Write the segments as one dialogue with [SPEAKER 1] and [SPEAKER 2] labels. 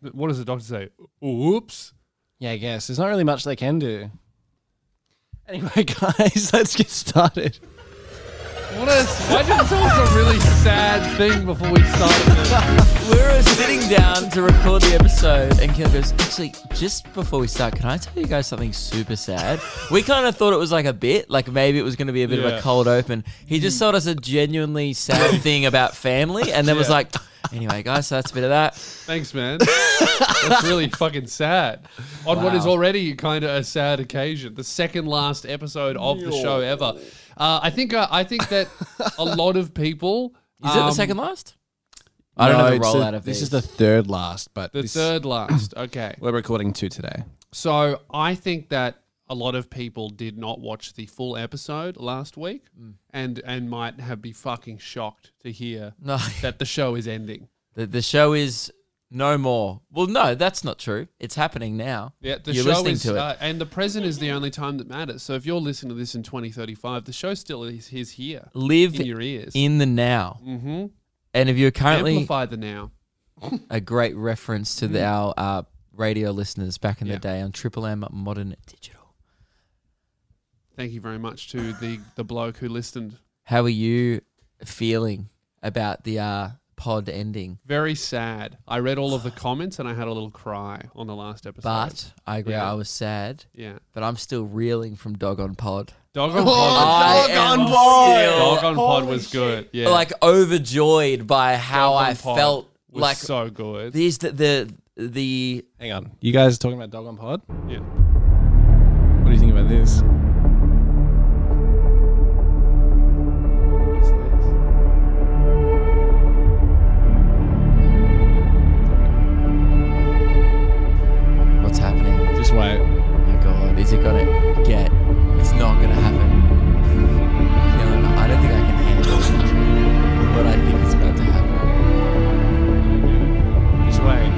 [SPEAKER 1] th- what does the doctor say? Oops.
[SPEAKER 2] Yeah, I guess. There's not really much they can do. Anyway, guys, let's get started.
[SPEAKER 1] What a, why didn't tell us a really sad thing before we started this?
[SPEAKER 3] We were sitting down to record the episode, and Kev goes, Actually, just before we start, can I tell you guys something super sad? We kind of thought it was like a bit, like maybe it was going to be a bit of
[SPEAKER 1] Yeah.
[SPEAKER 3] a cold open. He just told us a genuinely sad thing about family, and then was
[SPEAKER 1] Yeah.
[SPEAKER 3] like, Anyway, guys, so that's a bit of that.
[SPEAKER 1] Thanks, man. That's really fucking sad. On what is
[SPEAKER 3] Wow.
[SPEAKER 1] already kind of a sad occasion, the second last episode of the show ever. Uh, I think uh, I think that a lot of people.
[SPEAKER 3] Is it the
[SPEAKER 1] um,
[SPEAKER 3] second last? I don't know the
[SPEAKER 2] it's
[SPEAKER 3] rollout of
[SPEAKER 2] This
[SPEAKER 3] these.
[SPEAKER 2] is the third last, but
[SPEAKER 1] The
[SPEAKER 2] this,
[SPEAKER 1] third last. Okay.
[SPEAKER 2] we're recording two today.
[SPEAKER 1] So I think that a lot of people did not watch the full episode last week,
[SPEAKER 3] Mm.
[SPEAKER 1] and and might have be fucking shocked to hear
[SPEAKER 3] No,
[SPEAKER 1] that the show is ending.
[SPEAKER 3] the, the show is no more. Well, no, that's not true. It's happening now.
[SPEAKER 1] Yeah, the
[SPEAKER 3] You're
[SPEAKER 1] show
[SPEAKER 3] listening
[SPEAKER 1] is,
[SPEAKER 3] to it.
[SPEAKER 1] Uh, and the present is the only time that matters. So if you're listening to this in 2035, the show still is, is here
[SPEAKER 3] Live
[SPEAKER 1] in your ears.
[SPEAKER 3] in the now.
[SPEAKER 1] mm-hmm.
[SPEAKER 3] And if you're currently
[SPEAKER 1] Amplify the now.
[SPEAKER 3] a great reference to the, our uh, radio listeners back in
[SPEAKER 1] Mm. Yeah.
[SPEAKER 3] the day on Triple M Modern Digital.
[SPEAKER 1] Thank you very much to the the bloke who listened.
[SPEAKER 3] How are you feeling about the uh, pod ending?
[SPEAKER 1] Very sad. I read all of the comments and I had a little cry on the last episode.
[SPEAKER 3] But I agree,
[SPEAKER 1] Yeah.
[SPEAKER 3] I was sad,
[SPEAKER 1] yeah,
[SPEAKER 3] but I'm still reeling from Dog on Pod.
[SPEAKER 1] dog on pod.
[SPEAKER 3] I
[SPEAKER 2] Dog on
[SPEAKER 3] am
[SPEAKER 2] Pod!
[SPEAKER 3] still,
[SPEAKER 1] Dog on pod was good. Yeah,
[SPEAKER 3] like overjoyed by how
[SPEAKER 1] Dog on
[SPEAKER 3] I
[SPEAKER 1] Pod
[SPEAKER 3] felt.
[SPEAKER 1] was
[SPEAKER 3] Like
[SPEAKER 1] so good.
[SPEAKER 3] these the the. the
[SPEAKER 2] Hang on. You guys are talking about Dog on Pod?
[SPEAKER 1] yeah.
[SPEAKER 2] What do you think about this?
[SPEAKER 1] What's this?
[SPEAKER 3] what's happening?
[SPEAKER 2] Just wait.
[SPEAKER 3] Oh my god, is it gonna get? It's not gonna happen. Feeling- I don't think I can handle what I think is about to happen.
[SPEAKER 2] Just wait.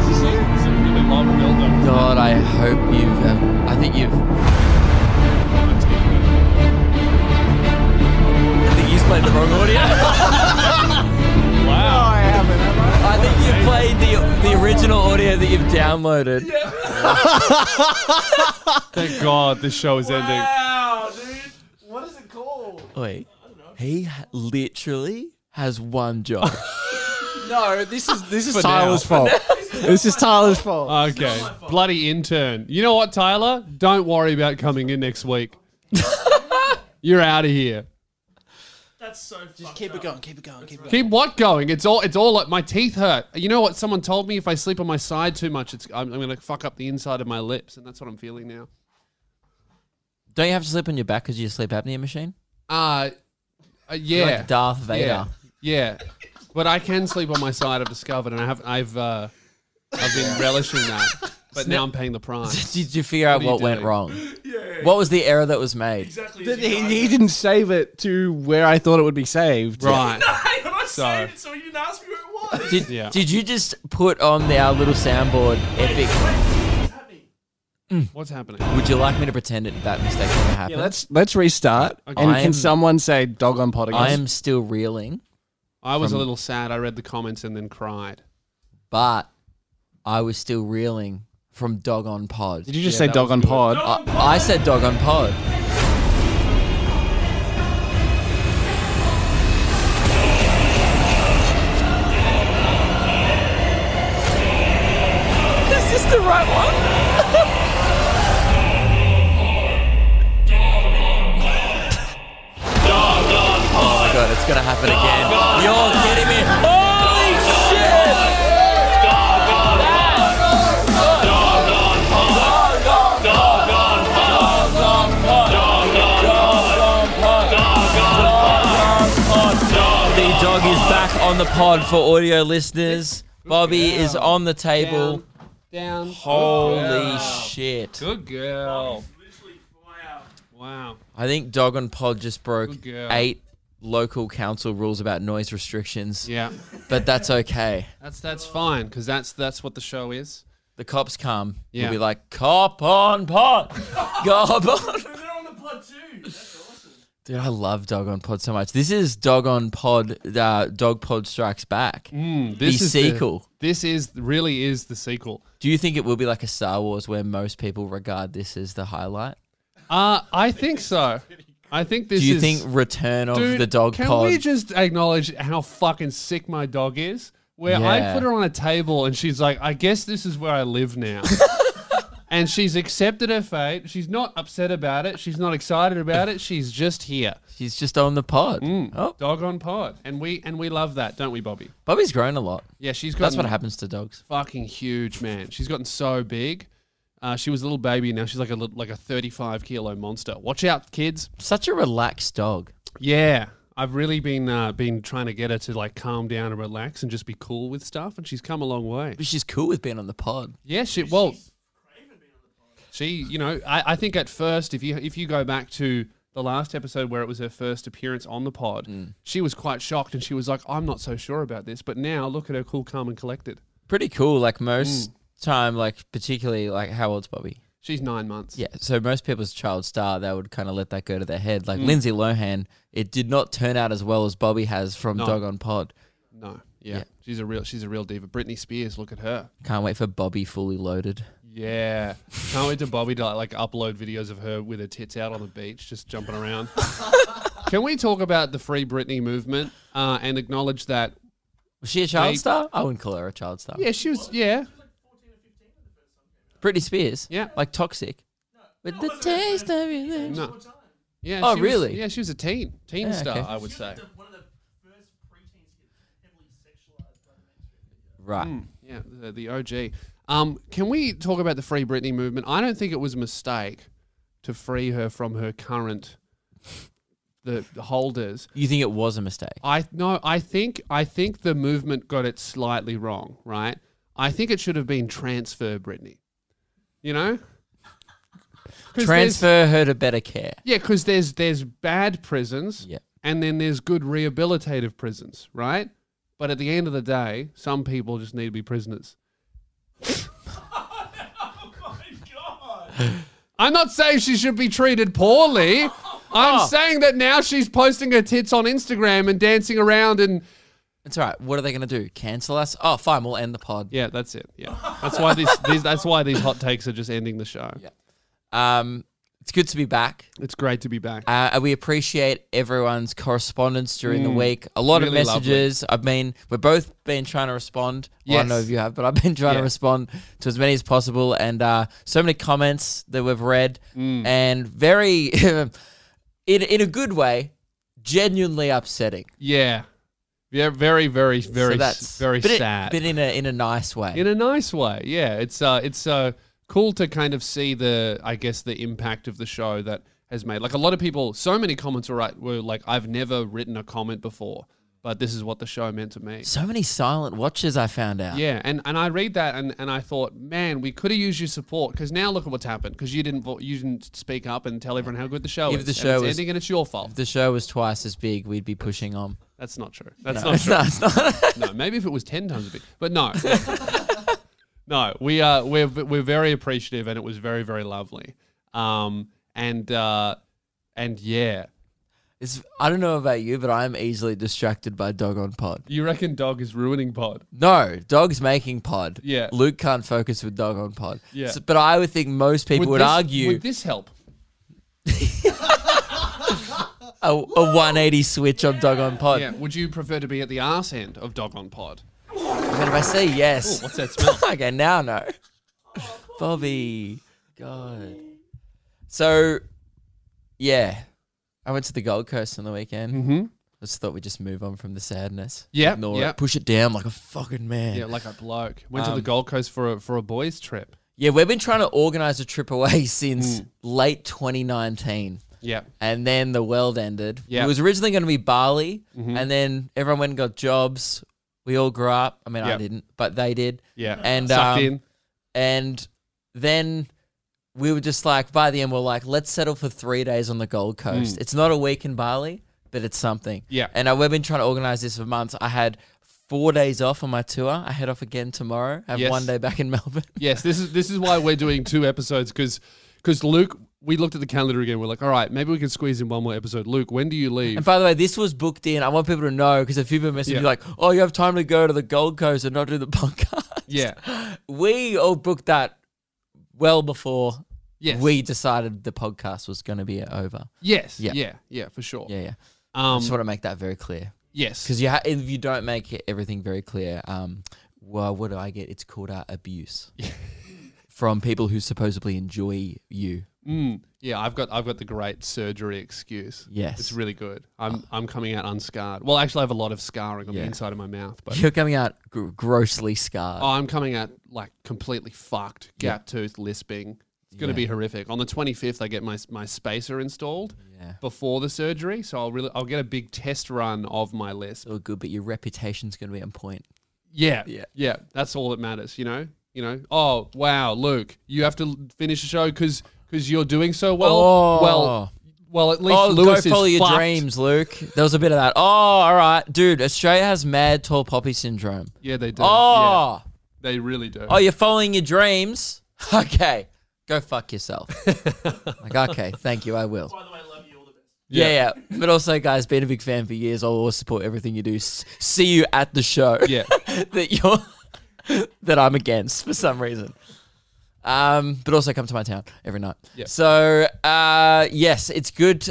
[SPEAKER 1] Is this it? It's a really long dildo.
[SPEAKER 3] God, I hope you've. Um, I think you've. I think you've played the wrong audio.
[SPEAKER 1] Wow.
[SPEAKER 2] I haven't.
[SPEAKER 3] I think you've played the the original audio that you've downloaded.
[SPEAKER 1] Thank God this show is ending.
[SPEAKER 3] Wait, he ha- literally has one job.
[SPEAKER 2] No, this is this is
[SPEAKER 1] For
[SPEAKER 2] Tyler's fault. this is Tyler's fault.
[SPEAKER 1] Okay. Bloody intern. You know what, Tyler? Don't worry about coming in next week. You're out of here.
[SPEAKER 4] That's so Just
[SPEAKER 2] keep it going. Keep it going. Keep it going.
[SPEAKER 1] Keep what going? It's all it's all like my teeth hurt. You know what someone told me if I sleep on my side too much, it's I'm, I'm going to fuck up the inside of my lips and that's what I'm feeling now.
[SPEAKER 3] Don't you have to sleep on your back because you're a sleep apnea machine?
[SPEAKER 1] Uh, uh
[SPEAKER 3] You're
[SPEAKER 1] yeah.
[SPEAKER 3] like Darth Vader.
[SPEAKER 1] yeah. Yeah. But I can sleep on my side I've discovered and I have I've uh I've been relishing that. But now I'm paying the price.
[SPEAKER 3] Did you figure
[SPEAKER 1] What
[SPEAKER 3] out
[SPEAKER 1] are you
[SPEAKER 3] what went
[SPEAKER 1] doing?
[SPEAKER 3] wrong? What was the error that was made?
[SPEAKER 4] Exactly. as
[SPEAKER 2] He,
[SPEAKER 4] you
[SPEAKER 2] he
[SPEAKER 4] guys-
[SPEAKER 2] didn't save it to where I thought it would be saved.
[SPEAKER 1] Right.
[SPEAKER 4] Hang on, I
[SPEAKER 1] So-
[SPEAKER 4] saved it, so you didn't ask me where it was.
[SPEAKER 3] Did,
[SPEAKER 1] Yeah.
[SPEAKER 3] did you just put on the, our little soundboard epic?
[SPEAKER 4] What's happening?
[SPEAKER 1] What's happening?
[SPEAKER 3] Would you like me to pretend that that mistake never happened?
[SPEAKER 2] Yeah, let's let's restart.
[SPEAKER 1] Okay.
[SPEAKER 2] And
[SPEAKER 3] I
[SPEAKER 2] can
[SPEAKER 3] am-
[SPEAKER 2] someone say dog on pod again?
[SPEAKER 3] I am still reeling,
[SPEAKER 1] I was a
[SPEAKER 3] From-
[SPEAKER 1] little sad. I read the comments and then cried.
[SPEAKER 3] but I was still reeling from dog on pod.
[SPEAKER 2] Did you just
[SPEAKER 1] Yeah,
[SPEAKER 2] say
[SPEAKER 1] that
[SPEAKER 2] dog
[SPEAKER 1] was
[SPEAKER 2] on
[SPEAKER 1] good.
[SPEAKER 2] pod?
[SPEAKER 4] Dog on
[SPEAKER 3] I, I said dog on pod. Is this the right one? Oh my god, it's gonna happen again. You're kidding me. Holy shit! The dog is back on the pod for audio listeners. Bobby is on the table.
[SPEAKER 1] Down. Oh,
[SPEAKER 3] Holy shit.
[SPEAKER 1] Good girl.
[SPEAKER 4] Literally, wow.
[SPEAKER 1] Wow.
[SPEAKER 3] I think Dog on Pod just broke
[SPEAKER 1] Good girl.
[SPEAKER 3] eight local council rules about noise restrictions,
[SPEAKER 1] Yeah.
[SPEAKER 3] but that's okay.
[SPEAKER 1] That's that's fine because that's that's what the show is.
[SPEAKER 3] The cops come.
[SPEAKER 1] Yeah.
[SPEAKER 3] You'll be like, Cop on Pod! Cop on!
[SPEAKER 4] But they're on the pod too. That's awesome.
[SPEAKER 3] Dude, I love Dog on Pod so much. This is Dog on Pod, uh, Dog Pod Strikes Back.
[SPEAKER 1] Mm, this
[SPEAKER 3] the
[SPEAKER 1] is
[SPEAKER 3] sequel.
[SPEAKER 1] this is really is the sequel.
[SPEAKER 3] Do you think it will be like a Star Wars where most people regard this as the highlight?
[SPEAKER 1] Uh, I think so. I think this
[SPEAKER 3] Do you
[SPEAKER 1] is.
[SPEAKER 3] think Return of
[SPEAKER 1] Dude,
[SPEAKER 3] the Dog
[SPEAKER 1] can
[SPEAKER 3] Pod?
[SPEAKER 1] we just acknowledge how fucking sick my dog is? Where I
[SPEAKER 3] Yeah.
[SPEAKER 1] put her on a table and she's like, I guess this is where I live now. and she's accepted her fate. She's not upset about it. She's not excited about it. She's just here.
[SPEAKER 3] She's just on the pod.
[SPEAKER 1] Mm.
[SPEAKER 3] Oh,
[SPEAKER 1] Dog on pod. And we and we love that, don't we, Bobby?
[SPEAKER 3] Bobby's grown a lot.
[SPEAKER 1] Yeah, she's gotten
[SPEAKER 3] That's what happens to dogs.
[SPEAKER 1] fucking huge, man. She's gotten so big. Uh, she was a little baby. Now she's like a lit- like a 35 kilo monster. Watch out, kids.
[SPEAKER 3] Such a relaxed dog.
[SPEAKER 1] Yeah, I've really been uh, been trying to get her to like calm down and relax and just be cool with stuff, and she's come a long way.
[SPEAKER 3] But she's cool with being on the pod.
[SPEAKER 1] Yeah, she well, she you know I, I think at first if you if you go back to the last episode where it was her first appearance on the pod,
[SPEAKER 3] Mm.
[SPEAKER 1] she was quite shocked and she was like, "I'm not so sure about this," but now look at her cool, calm, and collected.
[SPEAKER 3] Pretty cool. Like most time, like particularly like how old's Bobby?
[SPEAKER 1] She's nine months.
[SPEAKER 3] Yeah. So most people's child star, they would kind of let that go to their head. Like Lindsay Lohan, it did not turn out as well as Bobby has from
[SPEAKER 1] No.
[SPEAKER 3] Dog on Pod.
[SPEAKER 1] No. Yeah.
[SPEAKER 3] Yeah.
[SPEAKER 1] She's a real she's a real diva. Britney Spears, look at her.
[SPEAKER 3] Can't wait for Bobby fully loaded.
[SPEAKER 1] Yeah. Can't wait to Bobby to like upload videos of her with her tits out on the beach, just jumping around. Can we talk about the free Britney movement uh, and acknowledge that?
[SPEAKER 3] Was she a child
[SPEAKER 1] Mate.
[SPEAKER 3] star? I wouldn't call her a child star.
[SPEAKER 1] Yeah, she was. Yeah,
[SPEAKER 3] Britney Spears.
[SPEAKER 1] Yeah.
[SPEAKER 3] Like toxic. With the taste of your lips.
[SPEAKER 1] no, yeah.
[SPEAKER 3] Oh,
[SPEAKER 1] she was-
[SPEAKER 3] really?
[SPEAKER 1] yeah, she was a teen, teen
[SPEAKER 3] Yeah,
[SPEAKER 1] star,
[SPEAKER 3] okay.
[SPEAKER 1] I would say.
[SPEAKER 4] One of the first preteens to get heavily sexualized by the mainstream.
[SPEAKER 3] Right.
[SPEAKER 1] Yeah, the, the OG. Um, can we talk about the free Britney movement? I don't think it was a mistake to free her from her current the the holders.
[SPEAKER 3] You think it was a mistake?
[SPEAKER 1] I no, I think I think the movement got it slightly wrong, right? I think it should have been transfer Britney. You know? 'Cause there's-
[SPEAKER 3] Transfer her to better care.
[SPEAKER 1] Yeah, because there's there's bad prisons
[SPEAKER 3] Yeah.
[SPEAKER 1] and then there's good rehabilitative prisons, right? But at the end of the day, some people just need to be prisoners.
[SPEAKER 4] Oh my god!
[SPEAKER 1] I'm not saying she should be treated poorly. I'm
[SPEAKER 3] Oh.
[SPEAKER 1] saying that now she's posting her tits on Instagram and dancing around and
[SPEAKER 3] It's all right. What are they going to do? Cancel us? Oh, fine. We'll end the pod.
[SPEAKER 1] yeah, that's it. Yeah, that's why these, these that's why these hot takes are just ending the show.
[SPEAKER 3] Um, it's good to be back.
[SPEAKER 1] It's great to be back.
[SPEAKER 3] Uh, we appreciate everyone's correspondence during the week. A lot
[SPEAKER 1] Mm. really
[SPEAKER 3] of messages. I've been, we've both been trying to respond. Well, I don't know
[SPEAKER 1] Yes.
[SPEAKER 3] if you have, but I've been trying
[SPEAKER 1] Yeah.
[SPEAKER 3] to respond to as many as possible. And uh, so many comments that we've read,
[SPEAKER 1] Mm.
[SPEAKER 3] and very, in in a good way, genuinely upsetting.
[SPEAKER 1] Yeah, yeah, very, very, very,
[SPEAKER 3] so
[SPEAKER 1] s-
[SPEAKER 3] that's
[SPEAKER 1] very
[SPEAKER 3] but it-
[SPEAKER 1] sad.
[SPEAKER 3] but in a in a nice way.
[SPEAKER 1] in a nice way. Yeah, it's uh, it's uh, cool to kind of see the, I guess, the impact of the show that has made. Like a lot of people, so many comments were right were like, I've never written a comment before, but this is what the show meant to me.
[SPEAKER 3] so many silent watches. I found out.
[SPEAKER 1] Yeah, and, and I read that and, and I thought, man, we could have used your support because now look at what's happened because you didn't vo- you didn't speak up and tell everyone how good the show
[SPEAKER 3] If
[SPEAKER 1] is.
[SPEAKER 3] the
[SPEAKER 1] and
[SPEAKER 3] show
[SPEAKER 1] it's
[SPEAKER 3] was-
[SPEAKER 1] ending and it's your fault.
[SPEAKER 3] If the show was twice as big, we'd be pushing on.
[SPEAKER 1] That's not true. That's
[SPEAKER 3] No,
[SPEAKER 1] not
[SPEAKER 3] it's
[SPEAKER 1] true.
[SPEAKER 3] not- it's not.
[SPEAKER 1] no, maybe if it was ten times a bit, but no, no, we are we're we're very appreciative, and it was very very lovely. Um, and uh, and yeah,
[SPEAKER 3] It's, I don't know about you, but I'm easily distracted by dog on pod.
[SPEAKER 1] you reckon dog is ruining pod?
[SPEAKER 3] No, dog's making pod.
[SPEAKER 1] Yeah.
[SPEAKER 3] Luke can't focus with dog on pod.
[SPEAKER 1] Yeah.
[SPEAKER 3] So- but I would think most people would,
[SPEAKER 1] this,
[SPEAKER 3] argue
[SPEAKER 1] Would this help?
[SPEAKER 3] a, a 180 switch on dog on pod.
[SPEAKER 1] Yeah. Would you prefer to be at the arse end of dog on pod?
[SPEAKER 3] And if I say yes,
[SPEAKER 1] What's that smell?
[SPEAKER 3] okay, now no. Bobby, God. So, yeah, I went to the Gold Coast on the weekend. Mm-hmm. I just thought we'd just move on from the sadness.
[SPEAKER 1] Yep,
[SPEAKER 3] Ignore
[SPEAKER 1] yep.
[SPEAKER 3] it. Push it down like a fucking man.
[SPEAKER 1] Yeah, like a bloke went
[SPEAKER 3] Um,
[SPEAKER 1] to the Gold Coast for a for a boys trip.
[SPEAKER 3] Yeah, we've been trying to organize a trip away since
[SPEAKER 1] Mm.
[SPEAKER 3] late 2019.
[SPEAKER 1] Yeah.
[SPEAKER 3] And then the world ended.
[SPEAKER 1] Yeah. Mm-hmm.
[SPEAKER 3] It was originally going to be Bali, and then everyone went and got jobs. We all grew up. I mean,
[SPEAKER 1] Yeah.
[SPEAKER 3] I didn't, but they did.
[SPEAKER 1] Yeah.
[SPEAKER 3] And
[SPEAKER 1] Sucked
[SPEAKER 3] um,
[SPEAKER 1] in.
[SPEAKER 3] and then we were just like, by the end, we're like, let's settle for three days on the Gold
[SPEAKER 1] Mm.
[SPEAKER 3] Coast. It's not a week in Bali, but it's something.
[SPEAKER 1] Yeah.
[SPEAKER 3] And I, we've been trying to organize this for months. I had four days off on my tour. I head off again tomorrow. I have
[SPEAKER 1] Yes.
[SPEAKER 3] one day back in Melbourne.
[SPEAKER 1] Yes, this is this is why we're doing two episodes because Luke we looked at the calendar again. We're like, all right, maybe we can squeeze in one more episode. Luke, when do you leave?
[SPEAKER 3] And by the way, this was booked in. I want people to know because a few people messaged
[SPEAKER 1] Yeah.
[SPEAKER 3] me like, "Oh, you have time to go to the Gold Coast and not do the podcast."
[SPEAKER 1] yeah.
[SPEAKER 3] we all booked that well before
[SPEAKER 1] Yes.
[SPEAKER 3] we decided the podcast was going to be over.
[SPEAKER 1] Yes.
[SPEAKER 3] Yeah.
[SPEAKER 1] Yeah. Yeah. For sure.
[SPEAKER 3] Yeah, yeah. I
[SPEAKER 1] Um.
[SPEAKER 3] just want to make that very clear
[SPEAKER 1] yes.
[SPEAKER 3] because you ha- if you don't make it, everything very clear, um, well, what do I get? It's called uh, abuse from people who supposedly enjoy you.
[SPEAKER 1] Mm, yeah. I've got I've got the great surgery excuse.
[SPEAKER 3] Yes, Uh,
[SPEAKER 1] It's really good. I'm I'm coming out unscarred. Well, actually, I have a lot of scarring on
[SPEAKER 3] Yeah.
[SPEAKER 1] the inside of my mouth, but
[SPEAKER 3] you're coming out gr- grossly scarred.
[SPEAKER 1] oh, I'm coming out like completely fucked, gap tooth, lisping. It's going
[SPEAKER 3] Yeah.
[SPEAKER 1] to be horrific. On the 25th, I get my my spacer installed
[SPEAKER 3] yeah,
[SPEAKER 1] before the surgery, so I'll really I'll get a big test run of my lisp.
[SPEAKER 3] it's all good, but your reputation's going to be on point.
[SPEAKER 1] Yeah,
[SPEAKER 3] Yeah.
[SPEAKER 1] yeah. That's all that matters, you know. You know. Oh wow, Luke, you have to l- finish the show because because you're doing so well. Well, well, at least
[SPEAKER 3] oh,
[SPEAKER 1] Lewis
[SPEAKER 3] go follow
[SPEAKER 1] is
[SPEAKER 3] your
[SPEAKER 1] fucked.
[SPEAKER 3] dreams, Luke. There was a bit of that. Oh, all right, dude. Australia has mad tall poppy syndrome.
[SPEAKER 1] Yeah, they do. Yeah,
[SPEAKER 3] Oh,
[SPEAKER 1] they really do.
[SPEAKER 3] oh, you're following your dreams. Okay, go fuck yourself. like, okay, thank you. I will.
[SPEAKER 4] By the way, I love you all the best.
[SPEAKER 3] Yeah, yeah. But also, guys, been a big fan for years. I'll always support everything you do. S- see you at the show
[SPEAKER 1] yeah.
[SPEAKER 3] that you're that I'm against for some reason. Um, but also come to my town every night.
[SPEAKER 1] Yeah.
[SPEAKER 3] So, uh, yes, it's good.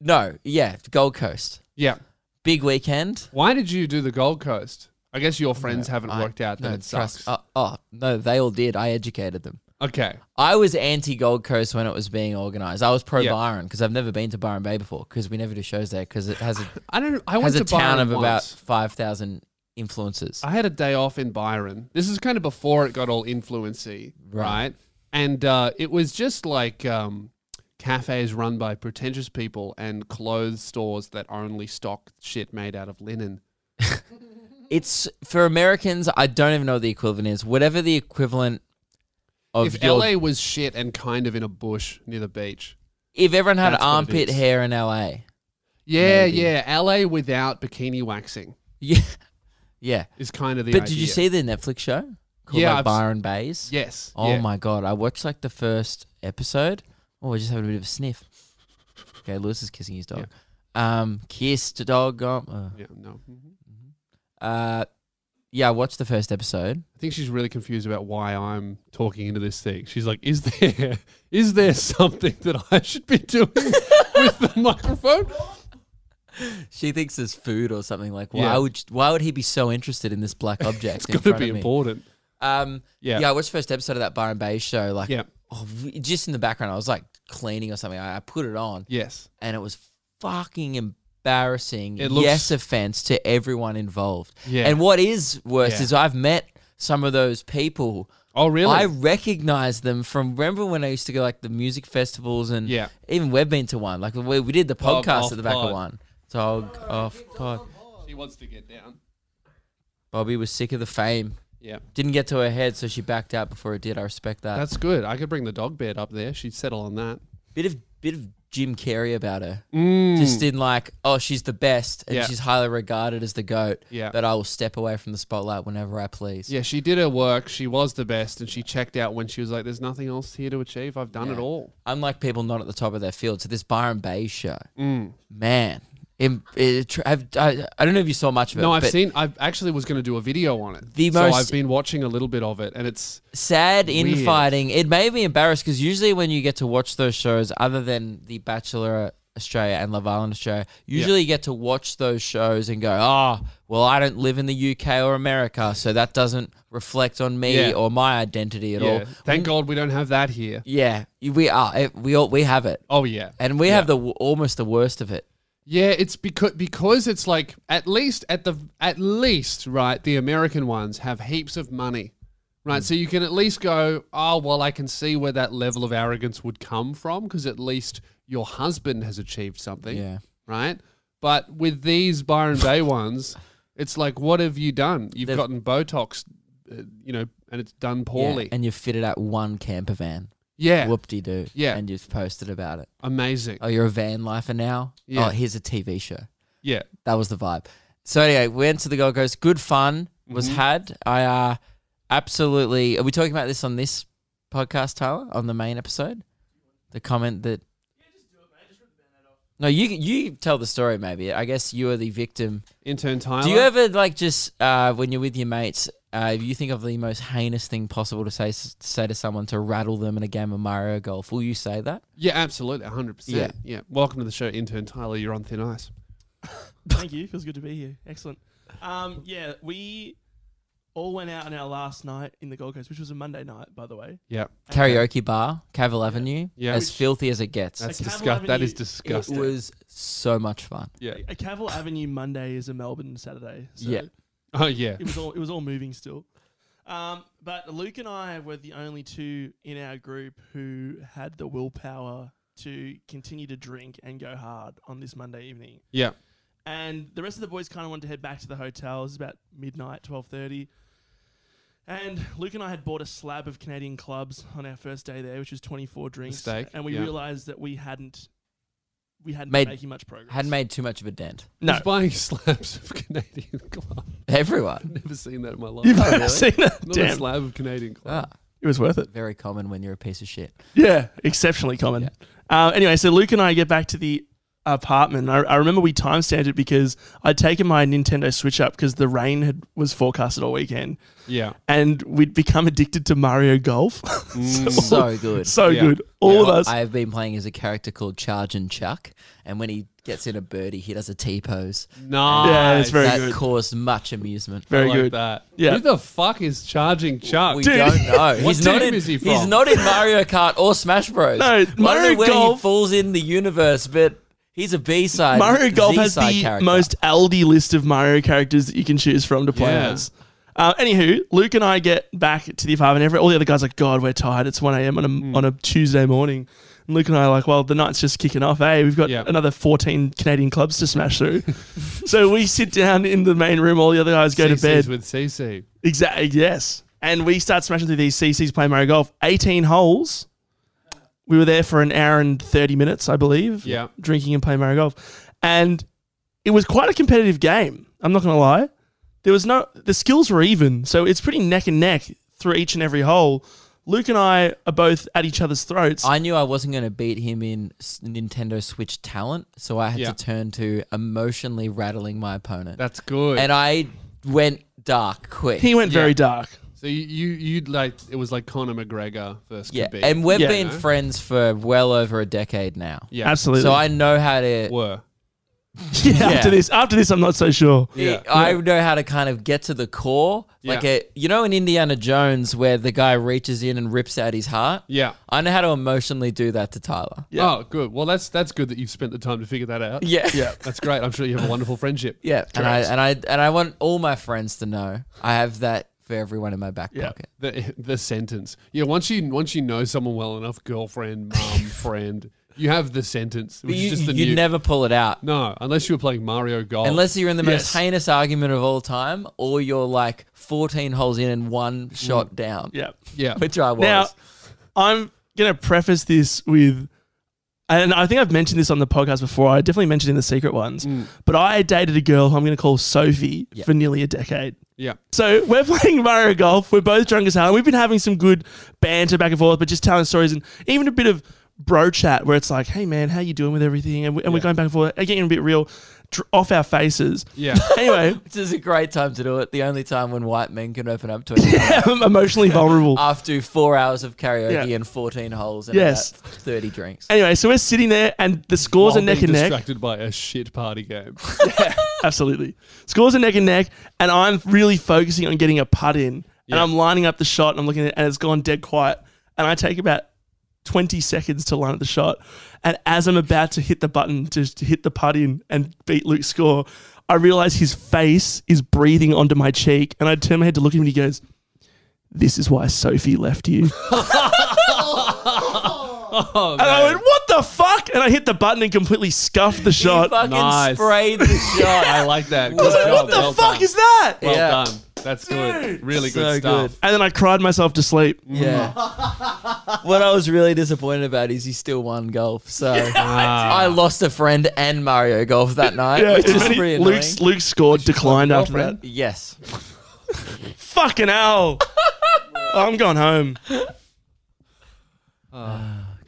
[SPEAKER 3] No, yeah, Gold Coast,
[SPEAKER 1] Yeah.
[SPEAKER 3] big weekend.
[SPEAKER 1] Why did you do the Gold Coast? I guess your friends haven't
[SPEAKER 3] I-
[SPEAKER 1] worked out that
[SPEAKER 3] no,
[SPEAKER 1] it sucks.
[SPEAKER 3] trust- oh, oh, no, they all did. I educated them.
[SPEAKER 1] okay.
[SPEAKER 3] I was anti Gold Coast when it was being organized. I was pro
[SPEAKER 1] Yeah.
[SPEAKER 3] Byron because I've never been to Byron Bay before because we never do shows there because it has a
[SPEAKER 1] I don't. I went
[SPEAKER 3] has
[SPEAKER 1] to
[SPEAKER 3] a town
[SPEAKER 1] Byron
[SPEAKER 3] of about
[SPEAKER 1] once.
[SPEAKER 3] five thousand influencers.
[SPEAKER 1] I had a day off in Byron. This is kind of before it got all influency,
[SPEAKER 3] Right.
[SPEAKER 1] right? And uh, it was just like um, cafes run by pretentious people and clothes stores that only stock shit made out of linen.
[SPEAKER 3] It's for Americans. I don't even know what the equivalent is. Whatever the equivalent of
[SPEAKER 1] if
[SPEAKER 3] your,
[SPEAKER 1] LA was shit and kind of in a bush near the beach,
[SPEAKER 3] if everyone had
[SPEAKER 1] that's what it
[SPEAKER 3] armpit
[SPEAKER 1] is.
[SPEAKER 3] hair in LA,
[SPEAKER 1] yeah,
[SPEAKER 3] Maybe.
[SPEAKER 1] yeah, LA without bikini waxing
[SPEAKER 3] yeah, yeah.
[SPEAKER 1] is kind of the.
[SPEAKER 3] but did you
[SPEAKER 1] idea.
[SPEAKER 3] see the Netflix show called
[SPEAKER 1] Yeah,
[SPEAKER 3] like
[SPEAKER 1] I've s-
[SPEAKER 3] Byron Bays?
[SPEAKER 1] Yes.
[SPEAKER 3] Oh
[SPEAKER 1] yeah.
[SPEAKER 3] my god! I watched like the first episode. Oh, we're just having a bit of a sniff. Okay, Lewis is kissing his dog. Um, kissed a dog. Um,
[SPEAKER 1] Yeah. No. Mhm.
[SPEAKER 3] uh, uh, yeah, I watched the first episode.
[SPEAKER 1] I think she's really confused about why I'm talking into this thing. She's like, "Is there, is there something that I should be doing with the microphone?"
[SPEAKER 3] She thinks it's food or something. Like, why
[SPEAKER 1] Yeah.
[SPEAKER 3] would why would he be so interested in this black object?
[SPEAKER 1] It's
[SPEAKER 3] in
[SPEAKER 1] got to
[SPEAKER 3] front
[SPEAKER 1] be
[SPEAKER 3] of me?
[SPEAKER 1] important.
[SPEAKER 3] Um, yeah.
[SPEAKER 1] Yeah.
[SPEAKER 3] I watched the first episode of that Byron Bay show. Like,
[SPEAKER 1] Yeah.
[SPEAKER 3] oh, w- just in the background, I was like cleaning or something. I, I put it on,
[SPEAKER 1] Yes.
[SPEAKER 3] and it was fucking embarrassing.
[SPEAKER 1] It looks-
[SPEAKER 3] yes, offense to everyone involved.
[SPEAKER 1] Yeah.
[SPEAKER 3] And what is worse
[SPEAKER 1] Yeah.
[SPEAKER 3] is I've met some of those people.
[SPEAKER 1] Oh, really?
[SPEAKER 3] I recognize them from remember when I used to go like the music festivals and
[SPEAKER 1] Yeah.
[SPEAKER 3] even we've been to one. Like we, we did the
[SPEAKER 1] Dog
[SPEAKER 3] podcast
[SPEAKER 1] off
[SPEAKER 3] at the back of
[SPEAKER 1] pod.
[SPEAKER 3] one. Dog off pod.
[SPEAKER 1] she wants to get down.
[SPEAKER 3] Bobby was sick of the fame.
[SPEAKER 1] Yeah.
[SPEAKER 3] Didn't get to her head, so she backed out before it did. I respect that.
[SPEAKER 1] That's good. I could bring the dog bed up there. She'd settle on that.
[SPEAKER 3] bit of bit of Jim Carrey about her.
[SPEAKER 1] Mm.
[SPEAKER 3] Just in like, oh, she's the best and
[SPEAKER 1] Yeah.
[SPEAKER 3] she's highly regarded as the goat.
[SPEAKER 1] Yeah.
[SPEAKER 3] But I will step away from the spotlight whenever I please.
[SPEAKER 1] yeah, she did her work. She was the best, and she checked out when she was like, "There's nothing else here to achieve. I've done
[SPEAKER 3] Yeah.
[SPEAKER 1] it all."
[SPEAKER 3] Unlike people not at the top of their field. So this Byron Bay show,
[SPEAKER 1] Mm.
[SPEAKER 3] man. Im- it tr- I've- I, I don't know if you saw much of it.
[SPEAKER 1] No, I've
[SPEAKER 3] but
[SPEAKER 1] seen. I actually was going to do a video on it.
[SPEAKER 3] The
[SPEAKER 1] so
[SPEAKER 3] most-
[SPEAKER 1] I've been watching a little bit of it, and it's
[SPEAKER 3] sad
[SPEAKER 1] Weird.
[SPEAKER 3] infighting. It made me embarrassed because usually when you get to watch those shows, other than The Bachelor Australia and Love Island Australia, usually you get to watch those shows and go, oh, well, I don't live in the UK or America, so that doesn't reflect on me
[SPEAKER 1] Yeah.
[SPEAKER 3] or my identity at all.
[SPEAKER 1] yeah. Thank God we don't have that here.
[SPEAKER 3] Yeah, we are. it- We all we have it,
[SPEAKER 1] Oh yeah.
[SPEAKER 3] and we
[SPEAKER 1] Yeah.
[SPEAKER 3] have the w- almost the worst of it.
[SPEAKER 1] Yeah, it's because because it's like at least at the at least right the American ones have heaps of money,
[SPEAKER 3] Hmm.
[SPEAKER 1] right? So you can at least go, oh well, I can see where that level of arrogance would come from because at least your husband has achieved something,
[SPEAKER 3] Yeah.
[SPEAKER 1] right? But with these Byron Bay ones, it's like, what have you done? You've
[SPEAKER 3] They've-
[SPEAKER 1] gotten Botox, uh, you know, and it's done
[SPEAKER 3] Yeah,
[SPEAKER 1] poorly.
[SPEAKER 3] and you fitted out one camper van.
[SPEAKER 1] Yeah,
[SPEAKER 3] Whoop de doo.
[SPEAKER 1] Yeah.
[SPEAKER 3] and you've posted about it.
[SPEAKER 1] amazing.
[SPEAKER 3] Oh, you're a van lifer now.
[SPEAKER 1] Yeah.
[SPEAKER 3] Oh, here's a TV show.
[SPEAKER 1] Yeah,
[SPEAKER 3] that was the vibe. So anyway, went to the Gold Coast. Good fun was
[SPEAKER 1] Mm-hmm.
[SPEAKER 3] had. I uh, absolutely. Are we talking about this on this podcast, Tyler, on the main episode? The comment that. No, you you tell the story. Maybe I guess you are the victim.
[SPEAKER 1] Intern Tyler.
[SPEAKER 3] Do you ever like just uh, when you're with your mates? Uh, if you think of the most heinous thing possible to say say to someone to rattle them in a game of Mario Golf, will you say that?
[SPEAKER 1] Yeah, absolutely, hundred percent. Yeah. Welcome to the show, Intern Tyler. You're on thin ice.
[SPEAKER 4] Thank you. Feels good to be here. Excellent. Um, yeah, we all went out on our last night in the Gold Coast, which was a Monday night, by the way.
[SPEAKER 1] Yeah,
[SPEAKER 4] And
[SPEAKER 3] Karaoke bar, Cavill Avenue,
[SPEAKER 1] Yeah.
[SPEAKER 3] as filthy as it gets.
[SPEAKER 1] that's
[SPEAKER 4] Cavill
[SPEAKER 1] disgust. That
[SPEAKER 4] Avenue
[SPEAKER 1] is
[SPEAKER 4] is-
[SPEAKER 3] it
[SPEAKER 1] disgusting.
[SPEAKER 3] was so much fun.
[SPEAKER 1] yeah.
[SPEAKER 4] A Cavill Avenue Monday is a Melbourne Saturday. So
[SPEAKER 3] Yeah.
[SPEAKER 1] Oh yeah.
[SPEAKER 4] It was all it was all moving still. Um, but Luke and I were the only two in our group who had the willpower to continue to drink and go hard on this Monday evening.
[SPEAKER 1] Yeah.
[SPEAKER 4] And the rest of the boys kind of wanted to head back to the hotel. It was about midnight, twelve thirty. And Luke and I had bought a slab of Canadian clubs on our first day there, which was twenty four drinks.
[SPEAKER 1] Mistake,
[SPEAKER 4] And we
[SPEAKER 1] yeah.
[SPEAKER 4] realized that we hadn't we hadn't
[SPEAKER 3] Made-
[SPEAKER 4] been making much progress.
[SPEAKER 3] Hadn't made too much of a dent.
[SPEAKER 1] No.
[SPEAKER 4] no.
[SPEAKER 1] buying slabs of Canadian club.
[SPEAKER 3] Everyone.
[SPEAKER 1] Never seen that in my life.
[SPEAKER 4] You've
[SPEAKER 1] Not
[SPEAKER 4] seen it.
[SPEAKER 1] a
[SPEAKER 4] Damn,
[SPEAKER 1] slab of Canadian club.
[SPEAKER 3] Ah,
[SPEAKER 4] it was worth it.
[SPEAKER 3] very common when you're a piece of shit.
[SPEAKER 4] Yeah, exceptionally common. Uh, anyway, so Luke and I get back to the apartment. And I, I remember we time stamped it because I'd taken my Nintendo Switch up because the rain had, was forecasted all weekend,
[SPEAKER 1] Yeah.
[SPEAKER 4] and we'd become addicted to Mario Golf.
[SPEAKER 3] Mm. So good.
[SPEAKER 4] so
[SPEAKER 1] Yeah.
[SPEAKER 4] good, all of us.
[SPEAKER 3] I have been playing as a character called Charge and Chuck, and when he gets in a birdie, he does a T pose.
[SPEAKER 1] Nice.
[SPEAKER 4] Yeah, it's very
[SPEAKER 3] that
[SPEAKER 4] good.
[SPEAKER 3] caused much amusement.
[SPEAKER 1] I
[SPEAKER 4] Very
[SPEAKER 1] like
[SPEAKER 4] good.
[SPEAKER 1] That.
[SPEAKER 4] Yeah.
[SPEAKER 1] Who the fuck is charging Chuck?
[SPEAKER 3] We
[SPEAKER 4] Dude.
[SPEAKER 3] don't know.
[SPEAKER 1] What
[SPEAKER 3] He's not
[SPEAKER 1] team
[SPEAKER 3] in.
[SPEAKER 1] is he
[SPEAKER 3] He's
[SPEAKER 1] from?
[SPEAKER 3] not in Mario Kart or Smash Bros.
[SPEAKER 4] No,
[SPEAKER 3] I don't know
[SPEAKER 4] Mario
[SPEAKER 3] where
[SPEAKER 4] Golf-
[SPEAKER 3] he falls in the universe, but he's a B side.
[SPEAKER 4] Mario Golf has
[SPEAKER 3] Z-side
[SPEAKER 4] the
[SPEAKER 3] character.
[SPEAKER 4] most Aldi list of Mario characters that you can choose from to play
[SPEAKER 1] Yeah.
[SPEAKER 4] as. Uh, anywho, Luke and I get back to the apartment. Every, all the other guys are like, God, we're tired. It's 1 a.m. On a,
[SPEAKER 1] Hmm.
[SPEAKER 4] on a Tuesday morning. And Luke and I are like, well, the night's just kicking off, eh? We've got
[SPEAKER 1] Yeah.
[SPEAKER 4] another 14 Canadian clubs to smash through. so we sit down in the main room. All the other guys go
[SPEAKER 1] CC's
[SPEAKER 4] to bed.
[SPEAKER 1] with CC.
[SPEAKER 4] Exactly. Yes. And we start smashing through these CCs playing Mario Golf. 18 holes. We were there for an hour and 30 minutes, I believe.
[SPEAKER 1] Yeah.
[SPEAKER 4] Drinking and playing Mario Golf. And it was quite a competitive game. I'm not going to lie. There was no, the skills were even. So it's pretty neck and neck through each and every hole. Luke and I are both at each other's throats.
[SPEAKER 3] I knew I wasn't going to beat him in s- Nintendo Switch talent, so I had
[SPEAKER 1] Yeah.
[SPEAKER 3] to turn to emotionally rattling my opponent,
[SPEAKER 1] That's good.
[SPEAKER 3] and I went dark quick.
[SPEAKER 4] he went very dark.
[SPEAKER 1] so you, you you like it was like Conor McGregor versus
[SPEAKER 3] yeah,
[SPEAKER 1] Khabib.
[SPEAKER 3] and we've
[SPEAKER 4] Yeah.
[SPEAKER 3] been
[SPEAKER 1] No?
[SPEAKER 3] friends for well over a decade now.
[SPEAKER 1] yeah,
[SPEAKER 4] Absolutely.
[SPEAKER 3] So I know how to.
[SPEAKER 1] were.
[SPEAKER 4] yeah,
[SPEAKER 3] Yeah.
[SPEAKER 4] After this, after this, I'm not so sure.
[SPEAKER 1] Yeah.
[SPEAKER 3] I know how to kind of get to the core, like
[SPEAKER 1] Yeah.
[SPEAKER 3] a you know in Indiana Jones where the guy reaches in and rips out his heart.
[SPEAKER 1] Yeah.
[SPEAKER 3] I know how to emotionally do that to Tyler.
[SPEAKER 4] Yeah.
[SPEAKER 1] Oh, good. Well, that's that's good that you've spent the time to figure that out.
[SPEAKER 3] Yeah,
[SPEAKER 4] Yeah.
[SPEAKER 1] That's great. I'm sure you have a wonderful friendship.
[SPEAKER 3] yeah. And I
[SPEAKER 4] Correct.
[SPEAKER 3] and I and I want all my friends to know I have that for everyone in my back
[SPEAKER 4] Yeah.
[SPEAKER 3] pocket.
[SPEAKER 1] The the sentence. Yeah, once you once you know someone well enough, girlfriend, mom, friend, you have the sentence, which
[SPEAKER 3] You,
[SPEAKER 1] is just the Oh,
[SPEAKER 3] you
[SPEAKER 1] mute.
[SPEAKER 3] never pull it out
[SPEAKER 1] No, unless you were playing Mario Golf.
[SPEAKER 3] unless you're in the most
[SPEAKER 4] yes.
[SPEAKER 3] heinous argument of all time, or you're like 14 holes in and one shot down,
[SPEAKER 4] Yeah.
[SPEAKER 1] Mm. yeah.
[SPEAKER 3] which I was.
[SPEAKER 4] Now, I'm going to preface this with, and I think I've mentioned this on the podcast before. I definitely mentioned in the secret
[SPEAKER 3] Mm.
[SPEAKER 4] ones,
[SPEAKER 1] Mm.
[SPEAKER 4] but I dated a girl who I'm going to call Sophie for nearly a decade.
[SPEAKER 1] yeah.
[SPEAKER 4] So we're playing Mario Golf. We're both drunk as hell. We've been having some good banter back and forth, but just telling stories and even a bit of bro chat where it's like, hey, man, how you doing with everything? And, we, and we're going back and forth, getting a bit real, dr- off our faces.
[SPEAKER 1] Yeah.
[SPEAKER 4] Anyway,
[SPEAKER 3] which is a great time to do it. The only time when white men can open up to each other.
[SPEAKER 4] I'm emotionally vulnerable.
[SPEAKER 3] after four hours of karaoke
[SPEAKER 4] Yeah.
[SPEAKER 3] and 14 holes and
[SPEAKER 4] Yes.
[SPEAKER 3] about 30 drinks.
[SPEAKER 4] Anyway, so we're sitting there and the scores
[SPEAKER 1] While
[SPEAKER 4] are neck
[SPEAKER 1] being
[SPEAKER 4] and neck.
[SPEAKER 1] distracted by a shit party game.
[SPEAKER 4] Absolutely. Scores are neck and neck, and I'm really focusing on getting a putt in. And
[SPEAKER 1] Yeah.
[SPEAKER 4] I'm lining up the shot, and I'm looking at it, and it's gone dead quiet. And I take about 20 seconds to line up the shot. And as I'm about to hit the button to, to hit the putt in and beat Luke's score, I realize his face is breathing onto my cheek. And I turn my head to look at him, and he goes, This is why Sophie left you.
[SPEAKER 1] Oh,
[SPEAKER 4] and I went, What the fuck? And I hit the button and completely scuffed the
[SPEAKER 3] He
[SPEAKER 4] shot. I
[SPEAKER 3] fucking
[SPEAKER 1] Nice.
[SPEAKER 3] sprayed the shot.
[SPEAKER 1] I like that. Good
[SPEAKER 3] was like,
[SPEAKER 4] was like,
[SPEAKER 1] job.
[SPEAKER 4] What the
[SPEAKER 1] well
[SPEAKER 4] fuck
[SPEAKER 1] done.
[SPEAKER 4] is that?
[SPEAKER 1] Well
[SPEAKER 3] Yeah.
[SPEAKER 1] done. That's good. Really good
[SPEAKER 3] So
[SPEAKER 1] stuff.
[SPEAKER 3] good.
[SPEAKER 4] And then I cried myself to sleep.
[SPEAKER 3] yeah. what I was really disappointed about is he still won golf. So
[SPEAKER 1] Ah.
[SPEAKER 3] I lost a friend and Mario golf that night,
[SPEAKER 4] Yeah,
[SPEAKER 3] which
[SPEAKER 4] it's
[SPEAKER 3] is
[SPEAKER 4] funny.
[SPEAKER 3] pretty annoying.
[SPEAKER 4] Luke's, Luke's score declined after that.
[SPEAKER 3] Yes.
[SPEAKER 4] Fucking hell. I'm going home.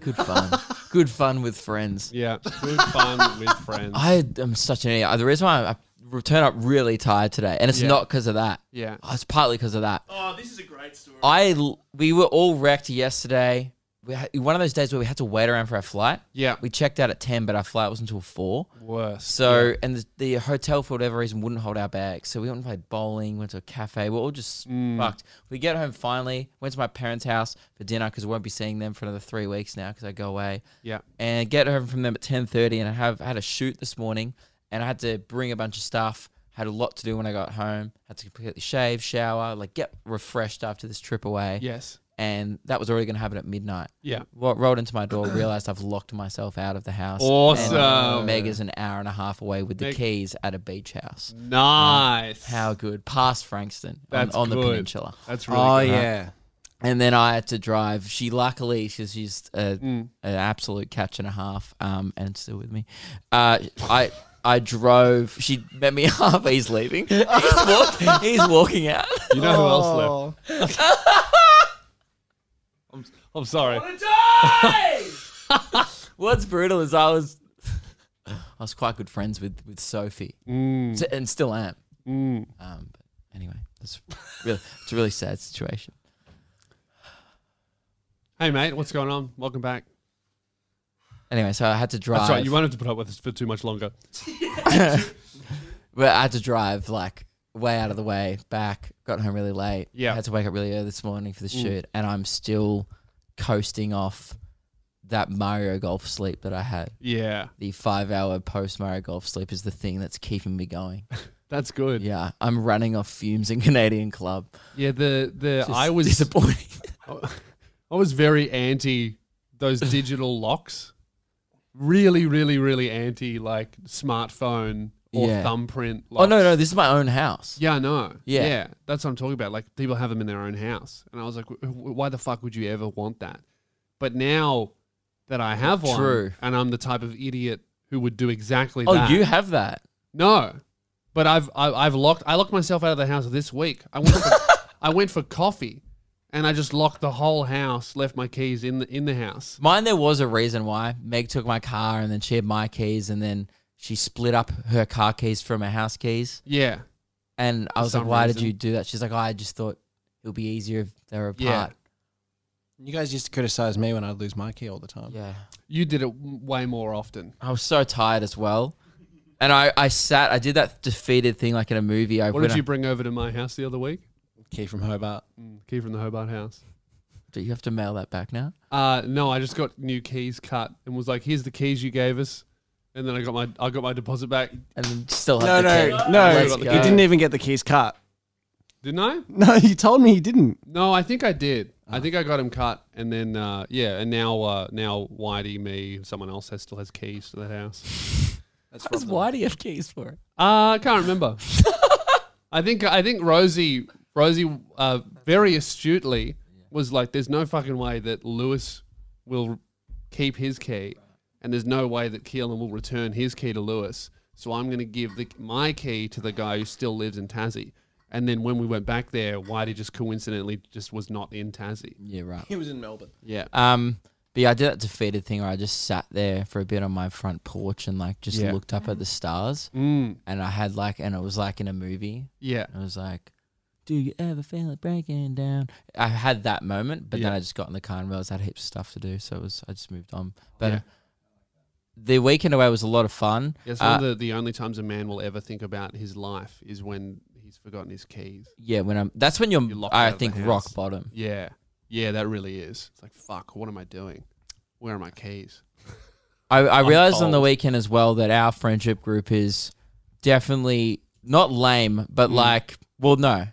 [SPEAKER 3] Good fun. Good fun with friends.
[SPEAKER 1] Yeah, good fun with friends.
[SPEAKER 3] I am such an idiot. The reason why I I turn up really tired today, and it's
[SPEAKER 1] Yeah.
[SPEAKER 3] not because of that.
[SPEAKER 1] Yeah.
[SPEAKER 3] Oh, it's partly because of that.
[SPEAKER 4] Oh, this is a great story.
[SPEAKER 3] I l- we were all wrecked yesterday. We had, one of those days where we had to wait around for our flight.
[SPEAKER 1] Yeah.
[SPEAKER 3] We checked out at ten, but our flight was until four.
[SPEAKER 1] Worse.
[SPEAKER 3] So and the, the hotel for whatever reason wouldn't hold our bags. So we went and played bowling, went to a cafe. We're all just
[SPEAKER 1] Mm.
[SPEAKER 3] fucked. We get home finally. Went to my parents' house for dinner because we won't be seeing them for another three weeks now because I go away.
[SPEAKER 1] Yeah.
[SPEAKER 3] And get home from them at ten thirty. And I have had a shoot this morning, and I had to bring a bunch of stuff. Had a lot to do when I got home. Had to completely shave, shower, like get refreshed after this trip away.
[SPEAKER 1] Yes.
[SPEAKER 3] And that was already going to happen at midnight.
[SPEAKER 1] Yeah.
[SPEAKER 3] Ro- rolled into my door, realized I've locked myself out of the house.
[SPEAKER 1] Awesome.
[SPEAKER 3] And Meg is an hour and a half away with the
[SPEAKER 1] Meg-
[SPEAKER 3] keys at a beach house.
[SPEAKER 1] Nice.
[SPEAKER 3] How good. Past Frankston on,
[SPEAKER 1] That's
[SPEAKER 3] on the
[SPEAKER 1] good.
[SPEAKER 3] peninsula.
[SPEAKER 1] That's really
[SPEAKER 2] Oh
[SPEAKER 1] good.
[SPEAKER 2] yeah.
[SPEAKER 3] And then I had to drive. She luckily she's just a,
[SPEAKER 1] Mm.
[SPEAKER 3] an absolute catch and a half, um, and still with me. Uh, I I drove. She met me up. He's leaving. He's, walk, he's walking out.
[SPEAKER 1] You know who else left?
[SPEAKER 3] Oh.
[SPEAKER 1] I'm sorry.
[SPEAKER 3] What's brutal is I was I was quite good friends with with Sophie,
[SPEAKER 1] Mm.
[SPEAKER 3] S- and still am. Um, but anyway, that's really it's a really sad situation.
[SPEAKER 1] Hey, mate, what's going on? Welcome back.
[SPEAKER 3] Anyway, so I had to drive.
[SPEAKER 1] That's right. You won't have to put up with this for too much longer.
[SPEAKER 3] Well, I had to drive like way out of the way back. Got home really late.
[SPEAKER 1] Yeah. Mm.
[SPEAKER 3] had to wake up really early this morning for the shoot, and I'm still coasting off that Mario Golf sleep that I had.
[SPEAKER 1] Yeah.
[SPEAKER 3] The five hour post Mario Golf sleep is the thing that's keeping me going.
[SPEAKER 1] That's good. Yeah.
[SPEAKER 3] Yeah, I'm running off fumes in Canadian Club.
[SPEAKER 1] the the
[SPEAKER 3] Just
[SPEAKER 1] I was
[SPEAKER 3] disappointing.
[SPEAKER 1] I was very anti those digital locks. Really, really, really anti like smartphone or
[SPEAKER 3] Yeah.
[SPEAKER 1] thumbprint.
[SPEAKER 3] oh
[SPEAKER 1] Locks.
[SPEAKER 3] no, no, this is my own house.
[SPEAKER 1] Yeah, I know.
[SPEAKER 3] Yeah.
[SPEAKER 1] yeah, that's what I'm talking about. Like people have them in their own house, and I was like, "Wh- wh- why the fuck would you ever want that? But now that I have one,
[SPEAKER 3] True.
[SPEAKER 1] and I'm the type of idiot who would do exactly
[SPEAKER 3] oh,
[SPEAKER 1] that.
[SPEAKER 3] you have that.
[SPEAKER 1] No, but I've I, I've locked I locked myself out of the house this week. I went for, I went for coffee, and I just locked the whole house. Left my keys in the in the house.
[SPEAKER 3] Mine, there was a reason why. Meg took my car, and then she had my keys, and then she split up her car keys from her house keys.
[SPEAKER 1] Yeah,
[SPEAKER 3] And I was like,
[SPEAKER 1] some
[SPEAKER 3] "Why did
[SPEAKER 1] reason.
[SPEAKER 3] you do that?" She's like, oh, "I just thought it would be easier if they were
[SPEAKER 1] Yeah.
[SPEAKER 3] apart."
[SPEAKER 2] You guys used to criticize me when I'd lose my key all the time.
[SPEAKER 3] Yeah.
[SPEAKER 1] you did it w- way more often.
[SPEAKER 3] I was so tired as well, and I, I sat. I did that defeated thing like in a movie. I
[SPEAKER 1] What
[SPEAKER 3] when
[SPEAKER 1] did
[SPEAKER 3] I-
[SPEAKER 1] you bring over to my house the other week?
[SPEAKER 2] Key from Hobart.
[SPEAKER 1] Key from the Hobart house.
[SPEAKER 3] do you have to mail that back now?
[SPEAKER 1] Uh, no, I just got new keys cut and was like, "Here's the keys you gave us," and then I got my I got my deposit back,
[SPEAKER 3] And then still
[SPEAKER 2] No,
[SPEAKER 3] have the
[SPEAKER 2] no,
[SPEAKER 3] key.
[SPEAKER 2] no.
[SPEAKER 3] Let's
[SPEAKER 2] You
[SPEAKER 3] go.
[SPEAKER 2] didn't even get the keys cut.
[SPEAKER 1] didn't I?
[SPEAKER 2] No, you told me you didn't.
[SPEAKER 1] No, I think I did. I think I got him cut, and then uh, yeah, and now uh, now Whitey, me, and someone else has, still has keys to that house.
[SPEAKER 2] That's
[SPEAKER 3] What does Whitey have keys for?
[SPEAKER 1] Uh, I can't remember. I think I think Rosie Rosie uh, very astutely was like, "There's no fucking way that Lewis will keep his key, and there's no way that Keelan will return his key to Lewis. So I'm going to give the, my key to the guy who still lives in Tassie." And then when we went back there, Whitey just coincidentally just was not in Tassie.
[SPEAKER 3] Yeah, right.
[SPEAKER 2] He was in Melbourne.
[SPEAKER 1] Yeah.
[SPEAKER 3] Um, but yeah, I did that defeated thing where I just sat there for a bit on my front porch and like just
[SPEAKER 1] Yeah.
[SPEAKER 3] looked up at the stars.
[SPEAKER 1] Mm.
[SPEAKER 3] And I had like, and it was like in a movie.
[SPEAKER 1] Yeah.
[SPEAKER 3] I was like, "Do you ever feel it breaking down?" I had that moment, but then
[SPEAKER 1] Yeah.
[SPEAKER 3] I just got in the car and realized I had heaps of stuff to do, so it was I just moved on. But
[SPEAKER 1] Yeah.
[SPEAKER 3] the weekend away was a lot of fun.
[SPEAKER 1] It's
[SPEAKER 3] Uh,
[SPEAKER 1] one of the, the only times a man will ever think about his life is when he's forgotten his keys.
[SPEAKER 3] yeah, when I'm that's when you're,
[SPEAKER 1] You're locked out
[SPEAKER 3] I
[SPEAKER 1] of the
[SPEAKER 3] think rock
[SPEAKER 1] house.
[SPEAKER 3] bottom.
[SPEAKER 1] Yeah. Yeah, that really is. It's like, fuck, what am I doing? Where are my keys?
[SPEAKER 3] I, I realized on the
[SPEAKER 1] cold.
[SPEAKER 3] weekend as well that our friendship group is definitely not lame,
[SPEAKER 1] Mm.
[SPEAKER 3] but like, well, no,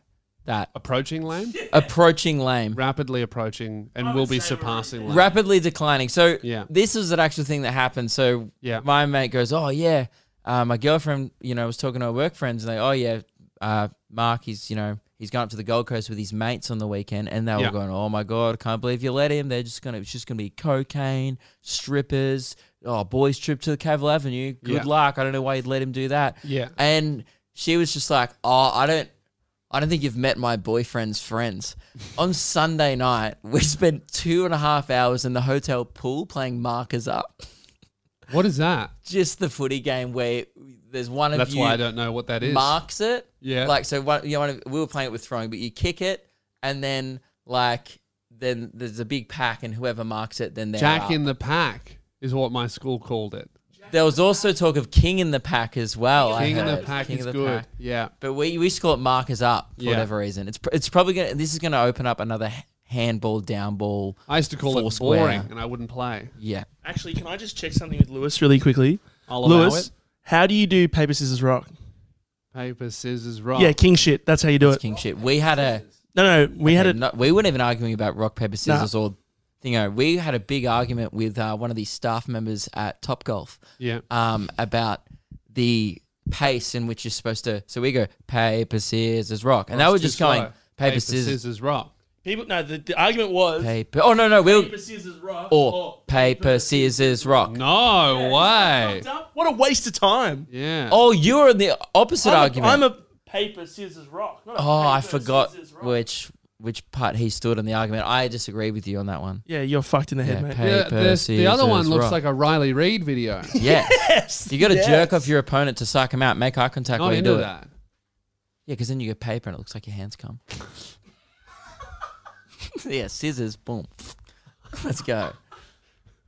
[SPEAKER 3] that
[SPEAKER 1] Approaching lame?
[SPEAKER 3] approaching lame.
[SPEAKER 1] Rapidly approaching and
[SPEAKER 4] I
[SPEAKER 1] will
[SPEAKER 4] would
[SPEAKER 1] be
[SPEAKER 4] say we're
[SPEAKER 1] surpassing lame.
[SPEAKER 3] rapidly declining. So
[SPEAKER 1] Yeah.
[SPEAKER 3] this is an actual thing that happened. So
[SPEAKER 1] Yeah.
[SPEAKER 3] my mate goes, "Oh yeah, uh, my girlfriend, you know, was talking to her work friends, and they, oh yeah, uh, Mark, he's you know, he's gone up to the Gold Coast with his mates on the weekend, and they were
[SPEAKER 1] Yeah.
[SPEAKER 3] going, oh my god, can't believe you let him. They're just gonna, it's just gonna be cocaine, strippers, oh boys trip to Cavill Avenue. Good
[SPEAKER 1] Yeah.
[SPEAKER 3] luck. I don't know why you'd let him do that.
[SPEAKER 1] Yeah.
[SPEAKER 3] And she was just like, oh, I don't. I don't think you've met my boyfriend's friends. On Sunday night, we spent two and a half hours in the hotel pool playing markers up.
[SPEAKER 1] What is that?
[SPEAKER 3] Just the footy game where there's one of
[SPEAKER 1] That's
[SPEAKER 3] you
[SPEAKER 1] why I don't know what that is.
[SPEAKER 3] marks it.
[SPEAKER 1] Yeah.
[SPEAKER 3] Like so, one, you know, one of, we were playing it with throwing, but you kick it, and then like then there's a big pack, and whoever marks it, then they're
[SPEAKER 1] Jack
[SPEAKER 3] up.
[SPEAKER 1] in the pack is what my school called it.
[SPEAKER 3] There was also talk of king in the pack as well.
[SPEAKER 1] King
[SPEAKER 3] I
[SPEAKER 1] in the
[SPEAKER 3] heard.
[SPEAKER 1] pack
[SPEAKER 3] King
[SPEAKER 1] is
[SPEAKER 3] of the
[SPEAKER 1] good.
[SPEAKER 3] pack.
[SPEAKER 1] Yeah.
[SPEAKER 3] But we we just call it markers up for
[SPEAKER 1] Yeah.
[SPEAKER 3] whatever reason. It's pr- it's probably gonna this is gonna open up another h- handball down ball.
[SPEAKER 1] I used to call it
[SPEAKER 3] Foursquare.
[SPEAKER 1] boring and I wouldn't play.
[SPEAKER 3] Yeah.
[SPEAKER 4] Actually, can I just check something with Lewis really quickly?
[SPEAKER 1] I'll allow
[SPEAKER 4] Lewis,
[SPEAKER 1] it.
[SPEAKER 4] how do you do paper, scissors, rock?
[SPEAKER 1] Paper, scissors, rock.
[SPEAKER 4] Yeah, king shit. That's how you
[SPEAKER 3] Oh.
[SPEAKER 4] do
[SPEAKER 3] It's
[SPEAKER 4] it.
[SPEAKER 3] king shit. We had a
[SPEAKER 4] No, no, we had it.
[SPEAKER 3] no, we weren't even arguing about rock paper scissors or thingo. We had a big argument with uh, one of the staff members at Top Golf
[SPEAKER 1] Yeah.
[SPEAKER 3] um, about the pace in which you're supposed to. So we go paper scissors rock, and they were
[SPEAKER 1] It's too
[SPEAKER 3] just going
[SPEAKER 1] slow.
[SPEAKER 3] paper, scissors
[SPEAKER 1] rock.
[SPEAKER 4] People, no, the, the argument was
[SPEAKER 3] paper. Oh no no we were,
[SPEAKER 4] scissors, rock
[SPEAKER 3] or paper scissors rock.
[SPEAKER 1] No way.
[SPEAKER 4] What a waste of time.
[SPEAKER 1] Yeah.
[SPEAKER 3] Oh, you were in the opposite
[SPEAKER 4] I'm,
[SPEAKER 3] argument.
[SPEAKER 4] A, I'm a paper, scissors, rock. not a
[SPEAKER 3] oh, I
[SPEAKER 4] paper,
[SPEAKER 3] forgot
[SPEAKER 4] scissors, rock.
[SPEAKER 3] which which part he stood on the argument. I disagree with you on that one.
[SPEAKER 4] Yeah, you're fucked in the head,
[SPEAKER 3] Yeah,
[SPEAKER 4] mate.
[SPEAKER 3] paper,
[SPEAKER 1] Yeah, this- the other one
[SPEAKER 3] scissors,
[SPEAKER 1] looks
[SPEAKER 3] rock.
[SPEAKER 1] like a Riley Reed video.
[SPEAKER 3] yeah. You got to
[SPEAKER 4] Yes.
[SPEAKER 3] jerk off your opponent to psych him out, make eye contact
[SPEAKER 1] Not
[SPEAKER 3] when you
[SPEAKER 1] into
[SPEAKER 3] do it. Yeah,
[SPEAKER 1] that.
[SPEAKER 3] 'cause then you get paper and it looks like your hands come. yeah, scissors, boom. Let's go.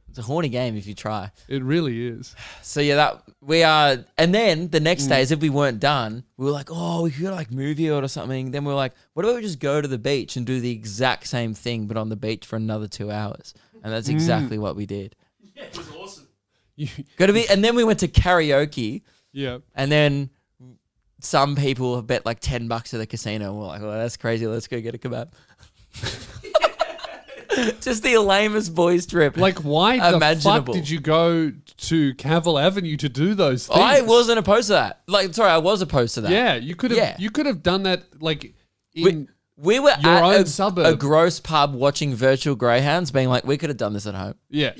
[SPEAKER 3] It's a horny game if you try.
[SPEAKER 1] It really is.
[SPEAKER 3] So yeah, that we are, and then the next day, as if we weren't done, we were like, oh, we could like movie it or something. Then we were like, what about we just go to the beach and do the exact same thing, but on the beach for another two hours? And that's exactly what we did.
[SPEAKER 4] Yeah, it was awesome.
[SPEAKER 3] Go to be, and then we went to karaoke,
[SPEAKER 1] Yeah.
[SPEAKER 3] and then some people have bet like ten bucks at the casino. And we're like, oh, that's crazy. Let's go get a kebab. just the lamest boys trip.
[SPEAKER 1] Like, why the fuck
[SPEAKER 3] Imaginable.
[SPEAKER 1] did you go to Cavill Avenue to do those things?
[SPEAKER 3] I wasn't opposed to that. Like, sorry, I was opposed to that.
[SPEAKER 1] Yeah, you could have.
[SPEAKER 3] Yeah.
[SPEAKER 1] You could have done that like
[SPEAKER 3] We,
[SPEAKER 1] in.
[SPEAKER 3] we were
[SPEAKER 1] your
[SPEAKER 3] at
[SPEAKER 1] own
[SPEAKER 3] a,
[SPEAKER 1] suburb.
[SPEAKER 3] a gross pub watching virtual greyhounds, being like, we could have done this at home.
[SPEAKER 1] yeah.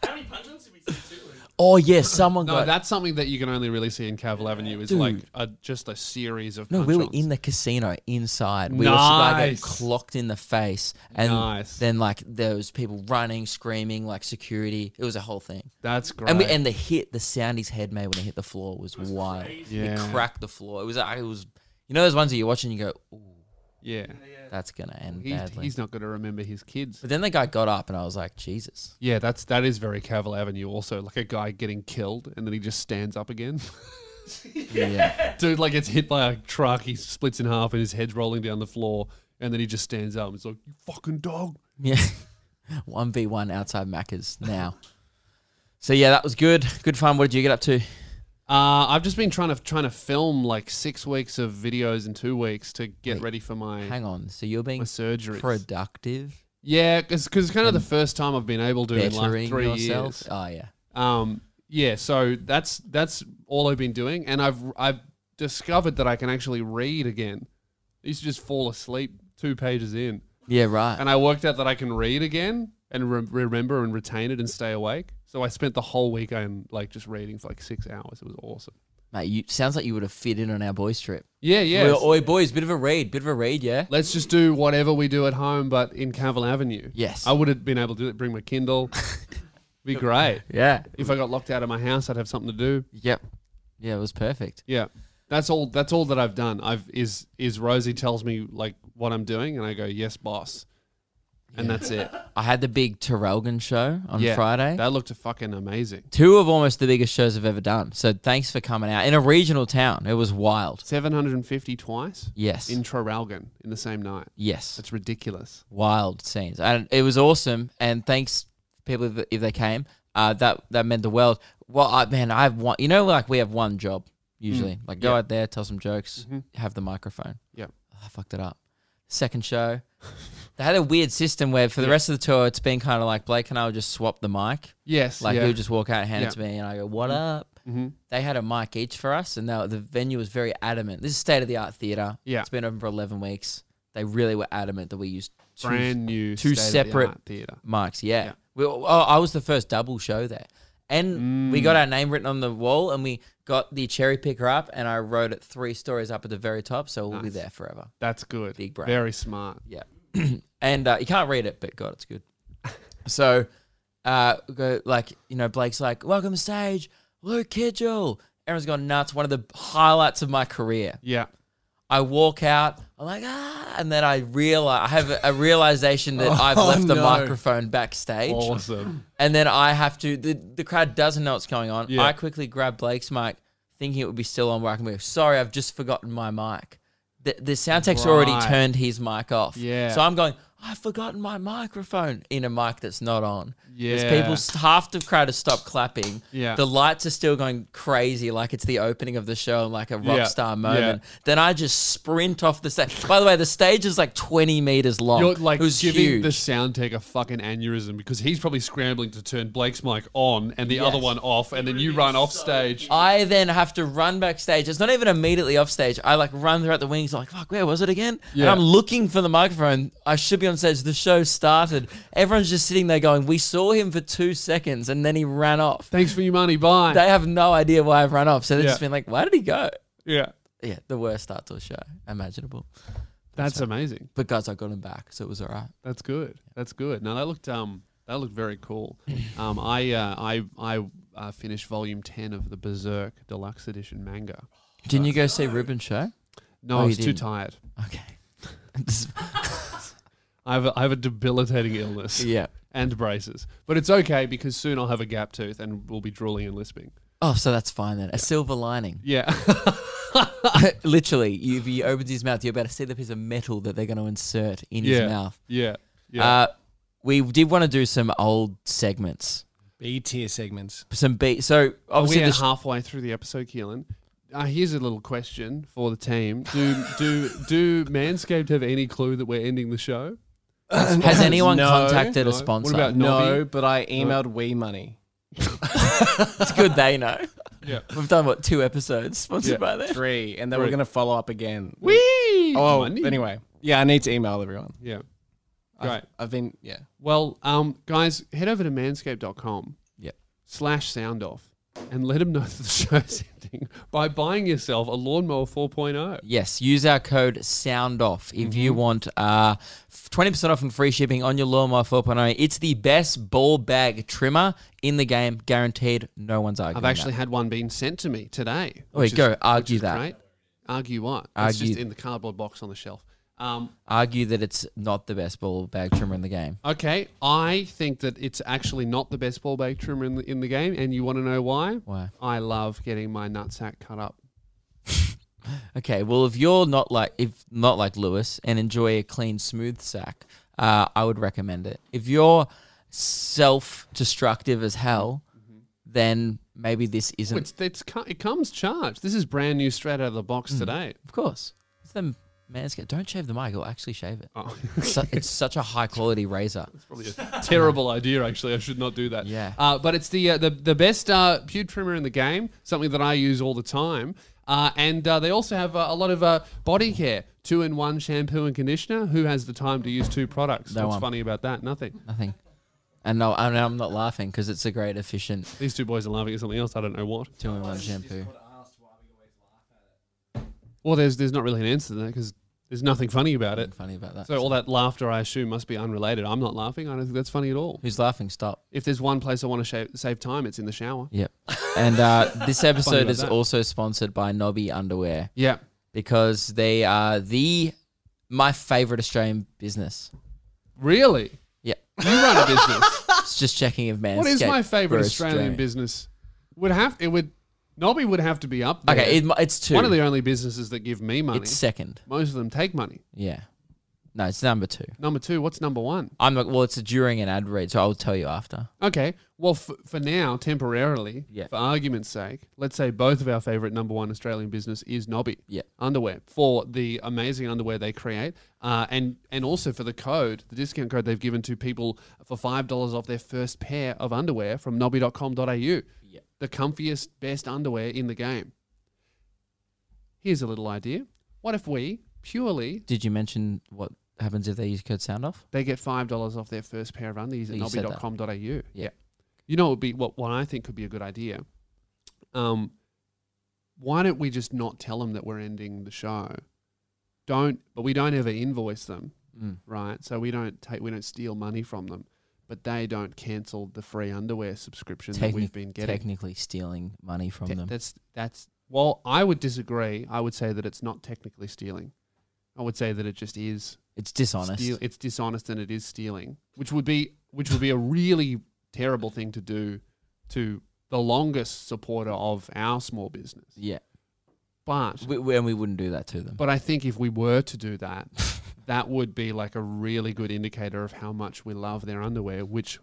[SPEAKER 4] How many punches did we see too?
[SPEAKER 3] Oh yes, someone
[SPEAKER 1] No,
[SPEAKER 3] got.
[SPEAKER 1] that's something that you can only really see in Cavill Avenue is like a, just a series of.
[SPEAKER 3] no, we were
[SPEAKER 1] punch-ons.
[SPEAKER 3] in the casino inside. We watched a guy get
[SPEAKER 1] Nice.
[SPEAKER 3] clocked in the face, and
[SPEAKER 1] Nice.
[SPEAKER 3] then like there was people running, screaming, like security. It was a whole thing.
[SPEAKER 1] That's great.
[SPEAKER 3] And we, and the hit, the sound his head made when he hit the floor was, wild.
[SPEAKER 1] Yeah.
[SPEAKER 3] It cracked the floor. It was. It was. You know those ones that you watch and you go, Ooh,
[SPEAKER 1] yeah.
[SPEAKER 3] "That's gonna end
[SPEAKER 1] He's,
[SPEAKER 3] badly."
[SPEAKER 1] he's not going to remember his kids.
[SPEAKER 3] but then the guy got up, and I was like, "Jesus."
[SPEAKER 1] Yeah, that's that is very Cavill Avenue. Also, like a guy getting killed and then he just stands up again.
[SPEAKER 3] yeah.
[SPEAKER 1] Dude, like gets hit by a truck, he splits in half and his head's rolling down the floor, and then he just stands up and it's like, "You fucking dog."
[SPEAKER 3] Yeah. 1v1 outside Macca's now. so yeah, that was good. Good fun. What did you get up to?
[SPEAKER 1] Uh, I've just been trying to trying to film like six weeks of videos in two weeks to get
[SPEAKER 3] Wait,
[SPEAKER 1] ready for my
[SPEAKER 3] Hang on. So you're
[SPEAKER 1] my
[SPEAKER 3] being
[SPEAKER 1] surgeries.
[SPEAKER 3] productive,
[SPEAKER 1] yeah, because it's kind of the first time I've been able to in like
[SPEAKER 3] bettering
[SPEAKER 1] three
[SPEAKER 3] yourself.
[SPEAKER 1] years.
[SPEAKER 3] Oh yeah.
[SPEAKER 1] Um, yeah, so that's that's all I've been doing, and I've I've discovered that I can actually read again. I used to just fall asleep two pages in,
[SPEAKER 3] Yeah, right.
[SPEAKER 1] and I worked out that I can read again and re- remember and retain it and stay awake. So I spent the whole weekend like just reading for like six hours. It was awesome.
[SPEAKER 3] Mate, you sounds like you would have fit in on our boys trip.
[SPEAKER 1] Yeah, yeah.
[SPEAKER 3] We were, Oi boys, bit of a raid, bit of a raid, yeah.
[SPEAKER 1] Let's just do whatever we do at home, but in Cavill Avenue.
[SPEAKER 3] Yes.
[SPEAKER 1] I would have been able to do it, bring my Kindle. Be great.
[SPEAKER 3] Yeah.
[SPEAKER 1] If I got locked out of my house, I'd have something to do.
[SPEAKER 3] Yep. Yeah, it was perfect.
[SPEAKER 1] Yeah. That's all that's all that I've done. I've is is Rosie tells me like what I'm doing and I go, Yes, boss. And that's it.
[SPEAKER 3] I had the big Terrelgan show on
[SPEAKER 1] Yeah.
[SPEAKER 3] Friday.
[SPEAKER 1] That looked fucking amazing.
[SPEAKER 3] Two of almost the biggest shows I've ever done. So thanks for coming out. In a regional town. It was wild.
[SPEAKER 1] Seven hundred and fifty twice
[SPEAKER 3] Yes.
[SPEAKER 1] in Traralgon in the same night.
[SPEAKER 3] yes.
[SPEAKER 1] That's ridiculous.
[SPEAKER 3] wild scenes, and it was awesome. And thanks, people, if, if they came, uh, that that meant the world. Well, I, man, I have one. You know, like we have one job usually. Like
[SPEAKER 1] Mm. yeah.
[SPEAKER 3] go
[SPEAKER 1] Mm-hmm.
[SPEAKER 3] out there, tell some jokes, have the microphone. Ah,
[SPEAKER 1] Yep.
[SPEAKER 3] I fucked it up. Second show, they had a weird system where for the rest of the tour, it's been kind of like Blake and I will just swap the mic.
[SPEAKER 1] Yes.
[SPEAKER 3] Like
[SPEAKER 1] yeah.
[SPEAKER 3] he'll just walk out, and hand
[SPEAKER 1] Yeah.
[SPEAKER 3] it to me, and I go, "What up?"
[SPEAKER 1] Mhm.
[SPEAKER 3] They had a mic each for us, and they were, the venue was very adamant. This is state of the art theater.
[SPEAKER 1] Yeah.
[SPEAKER 3] it's been open for eleven weeks. They really were adamant that we used two
[SPEAKER 1] brand new
[SPEAKER 3] two
[SPEAKER 1] state-of-the-art
[SPEAKER 3] separate-
[SPEAKER 1] theater.
[SPEAKER 3] mics. Yeah,
[SPEAKER 1] Yeah.
[SPEAKER 3] We, oh, I was the first double show there, And we got our name written on the wall and we got the cherry picker up and I wrote it three stories up at the very top. So we'll be
[SPEAKER 1] Nice.
[SPEAKER 3] there forever.
[SPEAKER 1] That's good.
[SPEAKER 3] Big brain.
[SPEAKER 1] Very smart.
[SPEAKER 3] Yeah. and uh, you can't read it, but God, it's good. So, uh, go like, you know, Blake's like, welcome to stage, Luke Kidgel. Everyone's gone nuts. One of the highlights of my career.
[SPEAKER 1] Yeah.
[SPEAKER 3] I walk out. I'm like, ah, and then I realize I have a, a realization that I've
[SPEAKER 2] Oh,
[SPEAKER 3] left the
[SPEAKER 2] no.
[SPEAKER 3] microphone backstage,
[SPEAKER 1] Awesome.
[SPEAKER 3] and then I have to. The, the crowd doesn't know what's going on.
[SPEAKER 1] Yeah.
[SPEAKER 3] I quickly grab Blake's mic, thinking it would be still on where I can be. Sorry, I've just forgotten my mic. The, the sound tech's already
[SPEAKER 1] Right.
[SPEAKER 3] turned his mic off.
[SPEAKER 1] Yeah.
[SPEAKER 3] So I'm going. I've forgotten my microphone in a mic that's not on.
[SPEAKER 1] Yeah.
[SPEAKER 3] There's people. Half the crowd has stopped clapping.
[SPEAKER 1] Yeah.
[SPEAKER 3] The lights are still going crazy, like it's the opening of the show, and like a rock
[SPEAKER 1] Yeah,
[SPEAKER 3] star
[SPEAKER 1] yeah.
[SPEAKER 3] moment. Then I just sprint off the stage. By the way, the stage is like 20 meters long.
[SPEAKER 1] You're like
[SPEAKER 3] it was
[SPEAKER 1] giving
[SPEAKER 3] huge.
[SPEAKER 1] the sound tech a fucking aneurysm because he's probably scrambling to turn Blake's mic on and the
[SPEAKER 3] Yes.
[SPEAKER 1] other one off, and then you run off stage.
[SPEAKER 3] I then have to run backstage. It's not even immediately off stage. I like run throughout the wings, like, fuck, where was it again?
[SPEAKER 1] Yeah.
[SPEAKER 3] And I'm looking for the microphone. I should be on stage. The show started. Everyone's just sitting there going, we saw him for two seconds and then he ran off.
[SPEAKER 1] Thanks for your money. Bye.
[SPEAKER 3] They have no idea why I've run off. So they've
[SPEAKER 1] Yeah.
[SPEAKER 3] just been like, why did he go?
[SPEAKER 1] yeah.
[SPEAKER 3] Yeah, the worst start to a show imaginable.
[SPEAKER 1] That's amazing.
[SPEAKER 3] But guys, I got him back, so it was all right.
[SPEAKER 1] That's good. That's good. Now that looked um that looked very cool. Um, I uh, I I uh, finished volume ten of the Berserk Deluxe Edition manga.
[SPEAKER 3] Didn't you go see Ruben show?
[SPEAKER 1] No,
[SPEAKER 3] Oh,
[SPEAKER 1] I
[SPEAKER 3] you
[SPEAKER 1] was too
[SPEAKER 3] didn't.
[SPEAKER 1] tired.
[SPEAKER 3] Okay. This-
[SPEAKER 1] I have a, I have a debilitating illness
[SPEAKER 3] yeah.
[SPEAKER 1] and braces, but it's okay because soon I'll have a gap tooth and we'll be drooling and lisping.
[SPEAKER 3] Oh, so that's fine then. A silver lining.
[SPEAKER 1] Yeah.
[SPEAKER 3] Literally, you- if he opens his mouth, you're about to see the piece of metal that they're going to insert in
[SPEAKER 1] yeah.
[SPEAKER 3] his mouth.
[SPEAKER 1] Yeah. Yeah.
[SPEAKER 3] Uh, we did want to do some old segments,
[SPEAKER 2] B tier segments.
[SPEAKER 3] some B. So obviously,
[SPEAKER 1] We're
[SPEAKER 3] the sh-
[SPEAKER 1] halfway through the episode, Keelan. Uh, here's a little question for the team: Do do do Manscaped have any clue that we're ending the show?
[SPEAKER 3] has anyone
[SPEAKER 2] No.
[SPEAKER 3] contacted
[SPEAKER 1] No.
[SPEAKER 3] a
[SPEAKER 1] What
[SPEAKER 3] sponsor?
[SPEAKER 1] about-
[SPEAKER 2] No,
[SPEAKER 1] Nobby?
[SPEAKER 2] but I emailed We Money.
[SPEAKER 3] it's good they know.
[SPEAKER 1] Yeah.
[SPEAKER 3] We've done what two episodes sponsored
[SPEAKER 1] Yeah.
[SPEAKER 3] by them.
[SPEAKER 2] Three, and they were
[SPEAKER 1] Three.
[SPEAKER 2] going to follow up again.
[SPEAKER 1] Wee.
[SPEAKER 2] Oh,
[SPEAKER 1] Money.
[SPEAKER 2] anyway. Yeah, I need to email everyone.
[SPEAKER 1] Yeah.
[SPEAKER 2] I've-
[SPEAKER 1] Right.
[SPEAKER 2] I've been, yeah.
[SPEAKER 1] Well, um, guys, head over to manscaped.com
[SPEAKER 3] Yep.
[SPEAKER 1] slash sound off and let them know that the show's ending by buying yourself a lawnmower oh. 4.0.
[SPEAKER 3] Yes, use our code SOUNDOFF if you
[SPEAKER 1] Mm-hmm.
[SPEAKER 3] want uh, f- 20% off and free shipping on your lawnmower 4.0. It's the best ball bag trimmer in the game, guaranteed. No one's arguing.
[SPEAKER 1] I've actually had one being sent to me today.
[SPEAKER 3] Wait,
[SPEAKER 1] which is-
[SPEAKER 3] go, argue
[SPEAKER 1] which is
[SPEAKER 3] that.
[SPEAKER 1] Great. Argue what? It's just
[SPEAKER 3] Argue-
[SPEAKER 1] in the cardboard box on the shelf. Um,
[SPEAKER 3] that. argue that it's not the best ball bag trimmer in the game.
[SPEAKER 1] okay, I think that it's actually not the best ball bag trimmer in the, in the game, and you want to know why?
[SPEAKER 3] Why?
[SPEAKER 1] I love getting my nutsack cut up.
[SPEAKER 3] Okay, well, if you're not like if not like Lewis and enjoy a clean, smooth sack, uh, I would recommend it. If you're self-destructive as hell,
[SPEAKER 1] Mm-hmm.
[SPEAKER 3] then maybe this
[SPEAKER 1] Oh,
[SPEAKER 3] isn't.
[SPEAKER 1] It's, it's, co- it comes charged. This is brand new straight out of the box
[SPEAKER 3] Hmm.
[SPEAKER 1] today.
[SPEAKER 3] Of course. It's the Manscaped. Don't shave the mic. It'll actually shave it.
[SPEAKER 1] Oh.
[SPEAKER 3] Su- it's such a high quality razor.
[SPEAKER 1] Probably a terrible idea, actually. I should not do that.
[SPEAKER 3] Yeah.
[SPEAKER 1] Uh, but it's the uh, the the best uh, pube trimmer in the game. Something that I use all the time. Uh, and uh, they also have uh, a lot of uh, body care, two in one shampoo and conditioner. Who has the time to use two products?
[SPEAKER 3] No
[SPEAKER 1] What's
[SPEAKER 3] one.
[SPEAKER 1] funny about that? Nothing.
[SPEAKER 3] Nothing. And no, I mean, I'm not laughing because it's a great efficient
[SPEAKER 1] These two boys are laughing at something else. I don't know what.
[SPEAKER 3] two in one shampoo.
[SPEAKER 1] Well, there's there's not really an answer to that because there's nothing funny about it.
[SPEAKER 3] Nothing funny about that.
[SPEAKER 1] So all that laughter, I assume, must be unrelated. I'm not laughing. I don't think that's funny at all.
[SPEAKER 3] Who's laughing? Stop.
[SPEAKER 1] If there's one place I want to sha- save time, it's in the shower.
[SPEAKER 3] Yep. And uh, this episode
[SPEAKER 1] about
[SPEAKER 3] is
[SPEAKER 1] that.
[SPEAKER 3] also sponsored by Nobby Underwear
[SPEAKER 1] Yeah.
[SPEAKER 3] because they are the my favorite Australian business.
[SPEAKER 1] Really?
[SPEAKER 3] Yeah.
[SPEAKER 1] You run a business.
[SPEAKER 3] It's just checking if Manscaped.
[SPEAKER 1] What is my favorite
[SPEAKER 3] were
[SPEAKER 1] Australian, business? Would have it would Nobby would have to be up there.
[SPEAKER 3] Okay, it, mi- it's two.
[SPEAKER 1] one of the only businesses that give me money.
[SPEAKER 3] it's second.
[SPEAKER 1] Most of them take money.
[SPEAKER 3] Yeah. No, it's number two.
[SPEAKER 1] Number two, what's number one?
[SPEAKER 3] I'm like, well, it's a during an ad read, so I'll tell you after.
[SPEAKER 1] Okay, well f- for now, temporarily,
[SPEAKER 3] Yeah.
[SPEAKER 1] for argument's sake, let's say both of our favorite number one Australian business is Nobby
[SPEAKER 3] Yeah.
[SPEAKER 1] underwear for the amazing underwear they create, uh, and and also for the code, the discount code they've given to people for five dollars off their first pair of underwear from nobby.com.au.
[SPEAKER 3] Yeah.
[SPEAKER 1] the comfiest, best underwear in the game. Here's a little idea: what if we purely
[SPEAKER 3] Did you mention what happens if they use code sound off?
[SPEAKER 1] they get five dollars off their first pair of undies at
[SPEAKER 3] You said that.
[SPEAKER 1] nobby.com.au? Yeah. You know, it would be what what I think could be a good idea. Um, why don't we just not tell them that we're ending the show? Don't, but we don't ever invoice them,
[SPEAKER 3] Mm.
[SPEAKER 1] right? So we don't take, we don't steal money from them, but they don't cancel the free underwear subscription that we've
[SPEAKER 3] Technic-
[SPEAKER 1] been getting.
[SPEAKER 3] Technically stealing money from
[SPEAKER 1] Te-
[SPEAKER 3] them.
[SPEAKER 1] That's that's well, I would disagree. I would say that it's not technically stealing. I would say that it just is
[SPEAKER 3] It's dishonest.
[SPEAKER 1] steal- it's dishonest and it is stealing, which would be which would be a really terrible thing to do to the longest supporter of our small business.
[SPEAKER 3] Yeah.
[SPEAKER 1] But
[SPEAKER 3] We, we, and we wouldn't do that to them.
[SPEAKER 1] but I think if we were to do that, that would be like a really good indicator of how much we love their underwear, which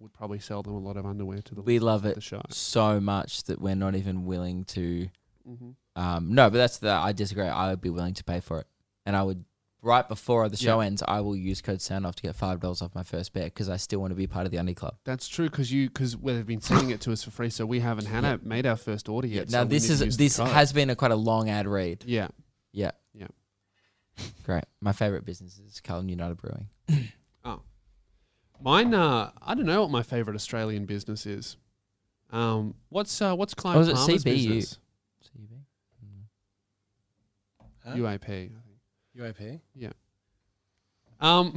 [SPEAKER 1] would probably sell them a lot of underwear to the
[SPEAKER 3] we love
[SPEAKER 1] listeners of
[SPEAKER 3] it
[SPEAKER 1] the show.
[SPEAKER 3] so much that we're not even willing to.
[SPEAKER 1] Mhm.
[SPEAKER 3] Um, no, but that's the. I disagree. I would be willing to pay for it, and I would. Right before the show ends, I will use code SOUNDOFF to get five dollars off my first bet because I still want to be part of the Undy Club.
[SPEAKER 1] That's true because you because they've been sending it to us for free, so we haven't had
[SPEAKER 3] Yeah.
[SPEAKER 1] it, made our first order yet.
[SPEAKER 3] now
[SPEAKER 1] so we need
[SPEAKER 3] this
[SPEAKER 1] to
[SPEAKER 3] is
[SPEAKER 1] use the
[SPEAKER 3] this
[SPEAKER 1] code.
[SPEAKER 3] has been a quite a long ad read.
[SPEAKER 1] yeah.
[SPEAKER 3] Yeah.
[SPEAKER 1] Yeah.
[SPEAKER 3] Great. My favorite business is Carlton United Brewing.
[SPEAKER 1] Mine, uh, I don't know what my favorite Australian business is. Um, what's uh, what's Clive
[SPEAKER 3] Oh, is it
[SPEAKER 1] Palmer's
[SPEAKER 3] CBU?
[SPEAKER 1] business?
[SPEAKER 3] CB? Mm.
[SPEAKER 1] Mm-hmm.
[SPEAKER 2] Huh?
[SPEAKER 1] UAP.
[SPEAKER 2] UAP.
[SPEAKER 1] Um,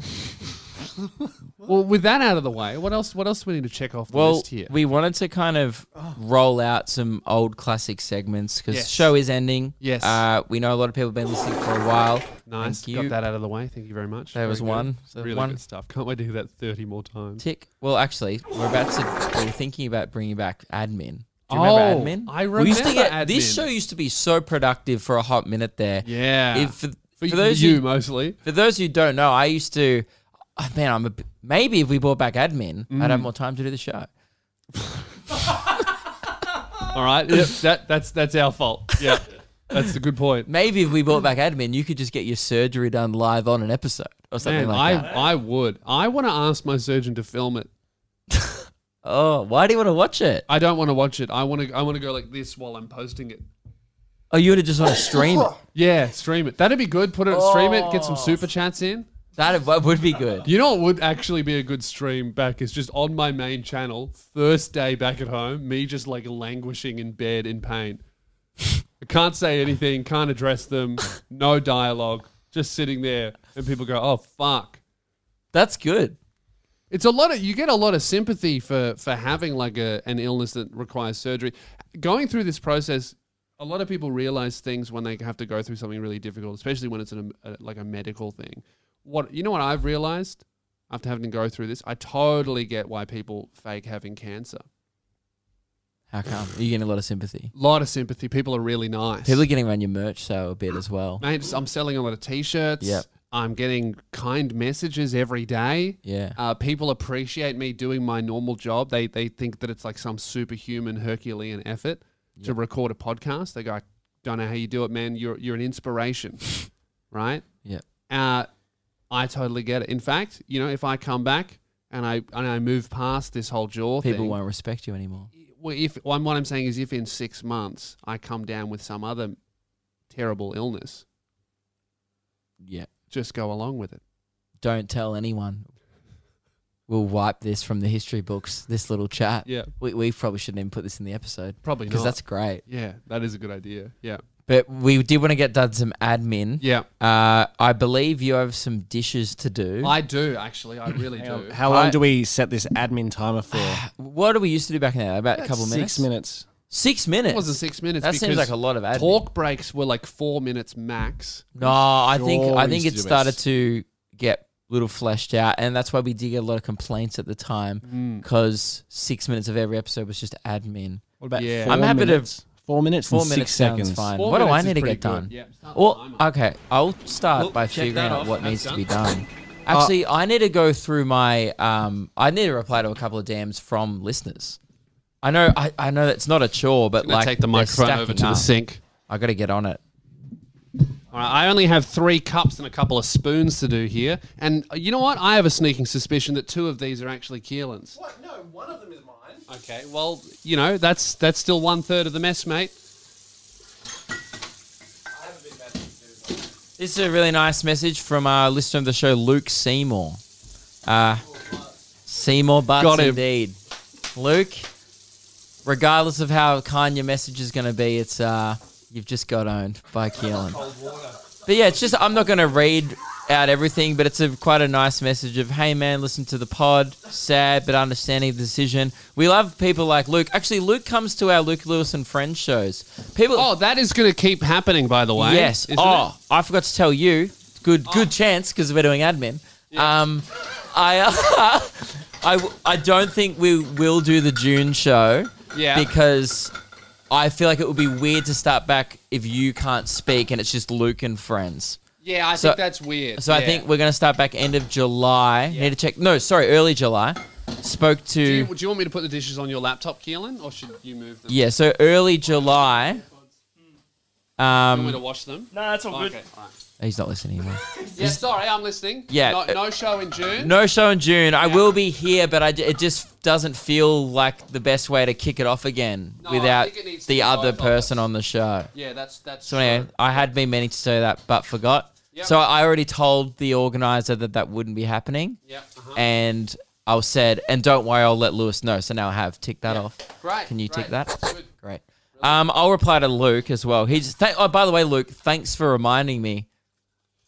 [SPEAKER 1] well, with that out of the way, what else? What else do we need to check off the
[SPEAKER 3] Well,
[SPEAKER 1] list here?
[SPEAKER 3] we wanted to kind of roll out some old classic segments
[SPEAKER 1] Oh.
[SPEAKER 3] because
[SPEAKER 1] Yes.
[SPEAKER 3] show is ending.
[SPEAKER 1] Yes.
[SPEAKER 3] Uh, we know a lot of people have been listening for a while.
[SPEAKER 1] nice,
[SPEAKER 3] thank
[SPEAKER 1] got
[SPEAKER 3] you.
[SPEAKER 1] that out of the way. Thank you very much.
[SPEAKER 3] There
[SPEAKER 1] Very
[SPEAKER 3] was
[SPEAKER 1] good.
[SPEAKER 3] one. So
[SPEAKER 1] Really
[SPEAKER 3] one
[SPEAKER 1] good stuff. Can't wait to hear that thirty more times.
[SPEAKER 3] tick. Well, actually, we're about to. We are thinking about bringing back admin. Do you
[SPEAKER 1] Oh,
[SPEAKER 3] remember admin?
[SPEAKER 1] I
[SPEAKER 3] We used to
[SPEAKER 1] remember
[SPEAKER 3] get- This
[SPEAKER 1] admin.
[SPEAKER 3] show used to be so productive for a hot minute there.
[SPEAKER 1] Yeah.
[SPEAKER 3] If- for,
[SPEAKER 1] for,
[SPEAKER 3] for those
[SPEAKER 1] you
[SPEAKER 3] who,
[SPEAKER 1] mostly.
[SPEAKER 3] for those who don't know, I used to. Oh, man, I'm a, b- maybe if we brought back admin, I'd
[SPEAKER 1] Mm.
[SPEAKER 3] have more time to do the show.
[SPEAKER 1] All right. Yep, that that's that's our fault. Yeah. that's a good point.
[SPEAKER 3] Maybe if we brought back admin, you could just get your surgery done live on an episode or something
[SPEAKER 1] Man,
[SPEAKER 3] like
[SPEAKER 1] I
[SPEAKER 3] that.
[SPEAKER 1] I would. I want to ask my surgeon to film it.
[SPEAKER 3] Oh, why do you want to watch it?
[SPEAKER 1] I don't want to watch it. I want to. I want to go like this while I'm posting it.
[SPEAKER 3] Oh, you would have just want to stream it.
[SPEAKER 1] Yeah, stream it. That'd be good. Put it, stream it. Get some super chats in.
[SPEAKER 3] That that would be good.
[SPEAKER 1] You know what would actually be a good stream back is just on my main channel. First day back at home, me just like languishing in bed in pain. I can't say anything. Can't address them. No dialogue. Just sitting there, and people go, "Oh fuck."
[SPEAKER 3] That's good.
[SPEAKER 1] It's a lot of you get a lot of sympathy for for having like a an illness that requires surgery. Going through this process, a lot of people realize things when they have to go through something really difficult, especially when it's an, a, like a medical thing. What you know what I've realized after having to go through this, I totally get why people fake having cancer.
[SPEAKER 3] How come? You're getting a lot of sympathy.
[SPEAKER 1] A lot of sympathy. People are really nice.
[SPEAKER 3] People are getting around your merch sale a bit as well.
[SPEAKER 1] Mate, I'm selling a lot of t-shirts.
[SPEAKER 3] Yep.
[SPEAKER 1] I'm getting kind messages every day.
[SPEAKER 3] Yeah.
[SPEAKER 1] Uh, people appreciate me doing my normal job. They they think that it's like some superhuman Herculean effort to record a podcast. They go, I don't know how you do it, man. You're you're an inspiration, right?
[SPEAKER 3] Yeah.
[SPEAKER 1] Uh, I totally get it. In fact, you know, if I come back and I and I move past this whole jaw
[SPEAKER 3] People
[SPEAKER 1] thing,
[SPEAKER 3] won't respect you anymore.
[SPEAKER 1] well, if well, what I'm saying is, if in six months I come down with some other terrible illness,
[SPEAKER 3] Yeah.
[SPEAKER 1] just go along with it.
[SPEAKER 3] Don't tell anyone. We'll wipe this from the history books, this little chat.
[SPEAKER 1] Yeah,
[SPEAKER 3] We, we probably shouldn't even put this in the episode
[SPEAKER 1] probably
[SPEAKER 3] because
[SPEAKER 1] not.
[SPEAKER 3] that's great.
[SPEAKER 1] yeah, that is a good idea. Yeah,
[SPEAKER 3] But we did want to get done some admin.
[SPEAKER 1] yeah.
[SPEAKER 3] Uh, I believe you have some dishes to do.
[SPEAKER 1] I do actually. I really do.
[SPEAKER 2] How long
[SPEAKER 3] I-
[SPEAKER 2] do we set this admin timer for?
[SPEAKER 3] what do we used to do back in there? About a couple
[SPEAKER 2] Six
[SPEAKER 3] minutes?
[SPEAKER 2] minutes.
[SPEAKER 3] Six minutes?
[SPEAKER 1] It wasn't six minutes.
[SPEAKER 3] that seems
[SPEAKER 1] because
[SPEAKER 3] like a lot of admin.
[SPEAKER 1] Talk breaks were like four minutes max.
[SPEAKER 3] No, I think
[SPEAKER 2] Sure
[SPEAKER 3] I
[SPEAKER 2] we
[SPEAKER 3] think
[SPEAKER 2] used
[SPEAKER 3] it
[SPEAKER 2] to do
[SPEAKER 3] started
[SPEAKER 2] this.
[SPEAKER 3] to get a little fleshed out, and that's why we did get a lot of complaints at the time
[SPEAKER 2] Mm.
[SPEAKER 3] because six minutes of every episode was just admin.
[SPEAKER 2] What about
[SPEAKER 1] Yeah.
[SPEAKER 2] four
[SPEAKER 3] I'm happy to-
[SPEAKER 2] minutes? Four minutes
[SPEAKER 3] Four
[SPEAKER 2] and
[SPEAKER 3] minutes
[SPEAKER 2] six
[SPEAKER 3] sounds
[SPEAKER 2] seconds.
[SPEAKER 3] fine.
[SPEAKER 1] Four
[SPEAKER 3] what do I
[SPEAKER 1] minutes
[SPEAKER 3] need
[SPEAKER 1] is
[SPEAKER 3] to
[SPEAKER 1] pretty
[SPEAKER 3] get done?
[SPEAKER 1] good. Yeah, start the
[SPEAKER 3] Well,
[SPEAKER 1] timer.
[SPEAKER 3] okay, I'll start
[SPEAKER 1] Well,
[SPEAKER 3] by
[SPEAKER 1] check
[SPEAKER 3] figuring
[SPEAKER 1] that
[SPEAKER 3] out
[SPEAKER 1] off.
[SPEAKER 3] what
[SPEAKER 1] That's
[SPEAKER 3] needs to be
[SPEAKER 1] done.
[SPEAKER 3] done.
[SPEAKER 2] Uh,
[SPEAKER 3] Actually, I need to go through my. Um, I need to reply to a couple of DMs from listeners. I know, I, I know that's not a chore, but
[SPEAKER 1] Let's
[SPEAKER 3] like
[SPEAKER 1] take the
[SPEAKER 3] they're
[SPEAKER 1] microphone over
[SPEAKER 3] stacking
[SPEAKER 1] to the
[SPEAKER 3] up.
[SPEAKER 1] sink.
[SPEAKER 3] I got to get on it.
[SPEAKER 1] All right, I only have three cups and a couple of spoons to do here, and uh, you know what? I have a sneaking suspicion that two of these are actually Keelan's.
[SPEAKER 2] What? No, one of them is mine.
[SPEAKER 1] Okay, well, you know that's that's still one third of the mess, mate.
[SPEAKER 3] This is a really nice message from our listener of the show, Luke Seymour. Uh, Seymour Butts,
[SPEAKER 1] Got him.
[SPEAKER 3] indeed. Luke, regardless of how kind your message is going to be, it's uh, you've just got owned by Keelan. But yeah, it's just I'm not going to read out everything, but it's a quite a nice message of hey man, listen to the pod, sad but understanding the decision. We love people like Luke. Actually, Luke comes to our Luke Lewis and Friends shows. People,
[SPEAKER 1] Oh, that is going to keep happening, by the way.
[SPEAKER 3] yes.
[SPEAKER 1] isn't Oh.
[SPEAKER 3] Oh, I forgot to tell you. Good, good chance because we're doing admin. Um, I, uh, I, w- I don't think we will do the June show.
[SPEAKER 1] Yeah.
[SPEAKER 3] Because I feel like it would be weird to start back if you can't speak and it's just Luke and friends.
[SPEAKER 1] it? yeah, I
[SPEAKER 3] so-
[SPEAKER 1] think that's weird.
[SPEAKER 3] So I
[SPEAKER 1] Yeah.
[SPEAKER 3] think we're gonna start back end of July. Need to check. No, sorry, early July. Spoke to
[SPEAKER 1] Do you, do you want me to put the dishes on your laptop, Keelan, or should you move them?
[SPEAKER 3] yeah. So early July.
[SPEAKER 1] You want me
[SPEAKER 3] Um,
[SPEAKER 1] to wash them?
[SPEAKER 4] No, that's
[SPEAKER 3] Oh,
[SPEAKER 4] all good.
[SPEAKER 1] Okay. all right.
[SPEAKER 3] he's not listening anymore.
[SPEAKER 1] Yeah, sorry, I'm listening.
[SPEAKER 3] Yeah,
[SPEAKER 1] No,
[SPEAKER 3] uh,
[SPEAKER 1] no show in June.
[SPEAKER 3] No show in June. I will be here, but I, j- it just doesn't feel like the best way to kick it off again
[SPEAKER 1] No, I
[SPEAKER 3] without
[SPEAKER 1] think it needs to be
[SPEAKER 3] the other
[SPEAKER 1] both of
[SPEAKER 3] person on the show.
[SPEAKER 1] Yeah, that's that's.
[SPEAKER 3] So anyway,
[SPEAKER 1] true.
[SPEAKER 3] I had been meaning to say that, but forgot.
[SPEAKER 1] Yep.
[SPEAKER 3] So I already told the organizer that that wouldn't be happening,
[SPEAKER 1] Yeah. uh-huh.
[SPEAKER 3] and I was said, and don't worry, I'll let Lewis know. So now I have ticked that off.
[SPEAKER 1] Great.
[SPEAKER 3] Can you tick
[SPEAKER 1] great.
[SPEAKER 3] that?
[SPEAKER 1] Good.
[SPEAKER 3] Great. Um, I'll reply to Luke as well. He's th- oh, by the way, Luke, thanks for reminding me.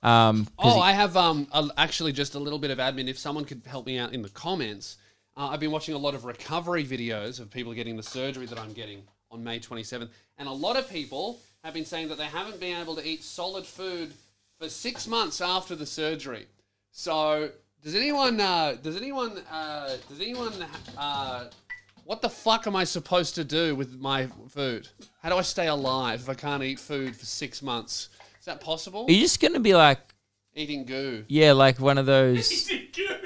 [SPEAKER 3] Um, 'cause
[SPEAKER 1] Oh, I have um a, actually just a little bit of admin. If someone could help me out in the comments, uh, I've been watching a lot of recovery videos of people getting the surgery that I'm getting on May 27th, and a lot of people have been saying that they haven't been able to eat solid food for six months after the surgery. So does anyone? Uh, does anyone? Uh, does anyone? Uh, what the fuck am I supposed to do with my food? How do I stay alive if I can't eat food for six months? Is that possible?
[SPEAKER 3] are you just gonna be like,
[SPEAKER 1] Eating goo.
[SPEAKER 3] yeah, like one of those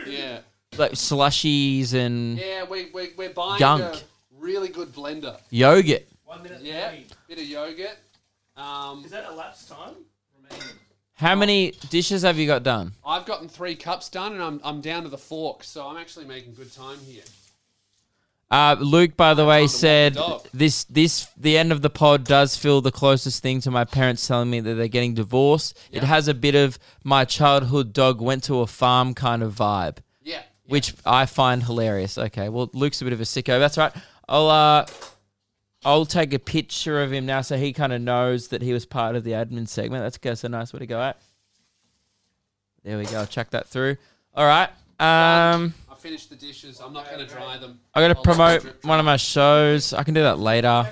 [SPEAKER 1] Yeah.
[SPEAKER 3] like slushies and
[SPEAKER 1] Yeah, we, we, we're buying a
[SPEAKER 3] Gunk.
[SPEAKER 1] really good blender.
[SPEAKER 3] yogurt?
[SPEAKER 4] One minute.
[SPEAKER 1] Yeah. Bit of yogurt. Um,
[SPEAKER 4] that elapsed time?
[SPEAKER 3] How many dishes have you got done?
[SPEAKER 1] I've gotten three cups done and I'm, I'm down to the fork, so I'm actually making good time here.
[SPEAKER 3] Uh, Luke, by the way,
[SPEAKER 1] walk the
[SPEAKER 3] said
[SPEAKER 1] dog.
[SPEAKER 3] this this the end of the pod does feel the closest thing to my parents telling me that they're getting divorced. It has a bit of my childhood dog went to a farm kind of vibe.
[SPEAKER 1] Yeah.
[SPEAKER 3] which I find hilarious. Okay, well, Luke's a bit of a sicko. That's all right. I'll uh, I'll take a picture of him now, so he kind of knows that he was part of the admin segment. That's that's a nice way to go at. There we go. I'll chuck that through. All right. Um,
[SPEAKER 1] I finished the dishes. I'm not going to dry them.
[SPEAKER 3] I got to
[SPEAKER 1] I'll
[SPEAKER 3] promote
[SPEAKER 1] strip
[SPEAKER 3] one
[SPEAKER 1] dry.
[SPEAKER 3] of my shows. I can do that later.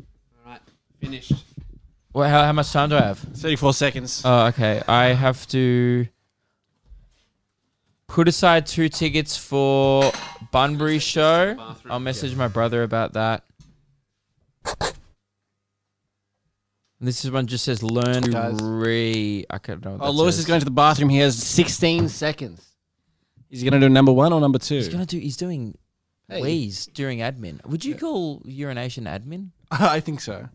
[SPEAKER 1] All right. Finished.
[SPEAKER 3] What? How, how much time do I have?
[SPEAKER 2] 34 seconds.
[SPEAKER 3] Oh, okay. I have to put aside two tickets for Bunbury show.
[SPEAKER 1] Bathroom.
[SPEAKER 3] I'll message my brother about that. And this is one just says learn to
[SPEAKER 2] Guys.
[SPEAKER 3] re. I could know. What
[SPEAKER 2] Oh,
[SPEAKER 3] that
[SPEAKER 2] Lewis
[SPEAKER 3] says.
[SPEAKER 2] is going to the bathroom. He has 16 seconds. Is he going to do number one or number two?
[SPEAKER 3] He's gonna do. He's doing
[SPEAKER 2] Hey.
[SPEAKER 3] wheeze during admin. Would you call urination admin?
[SPEAKER 2] I think so.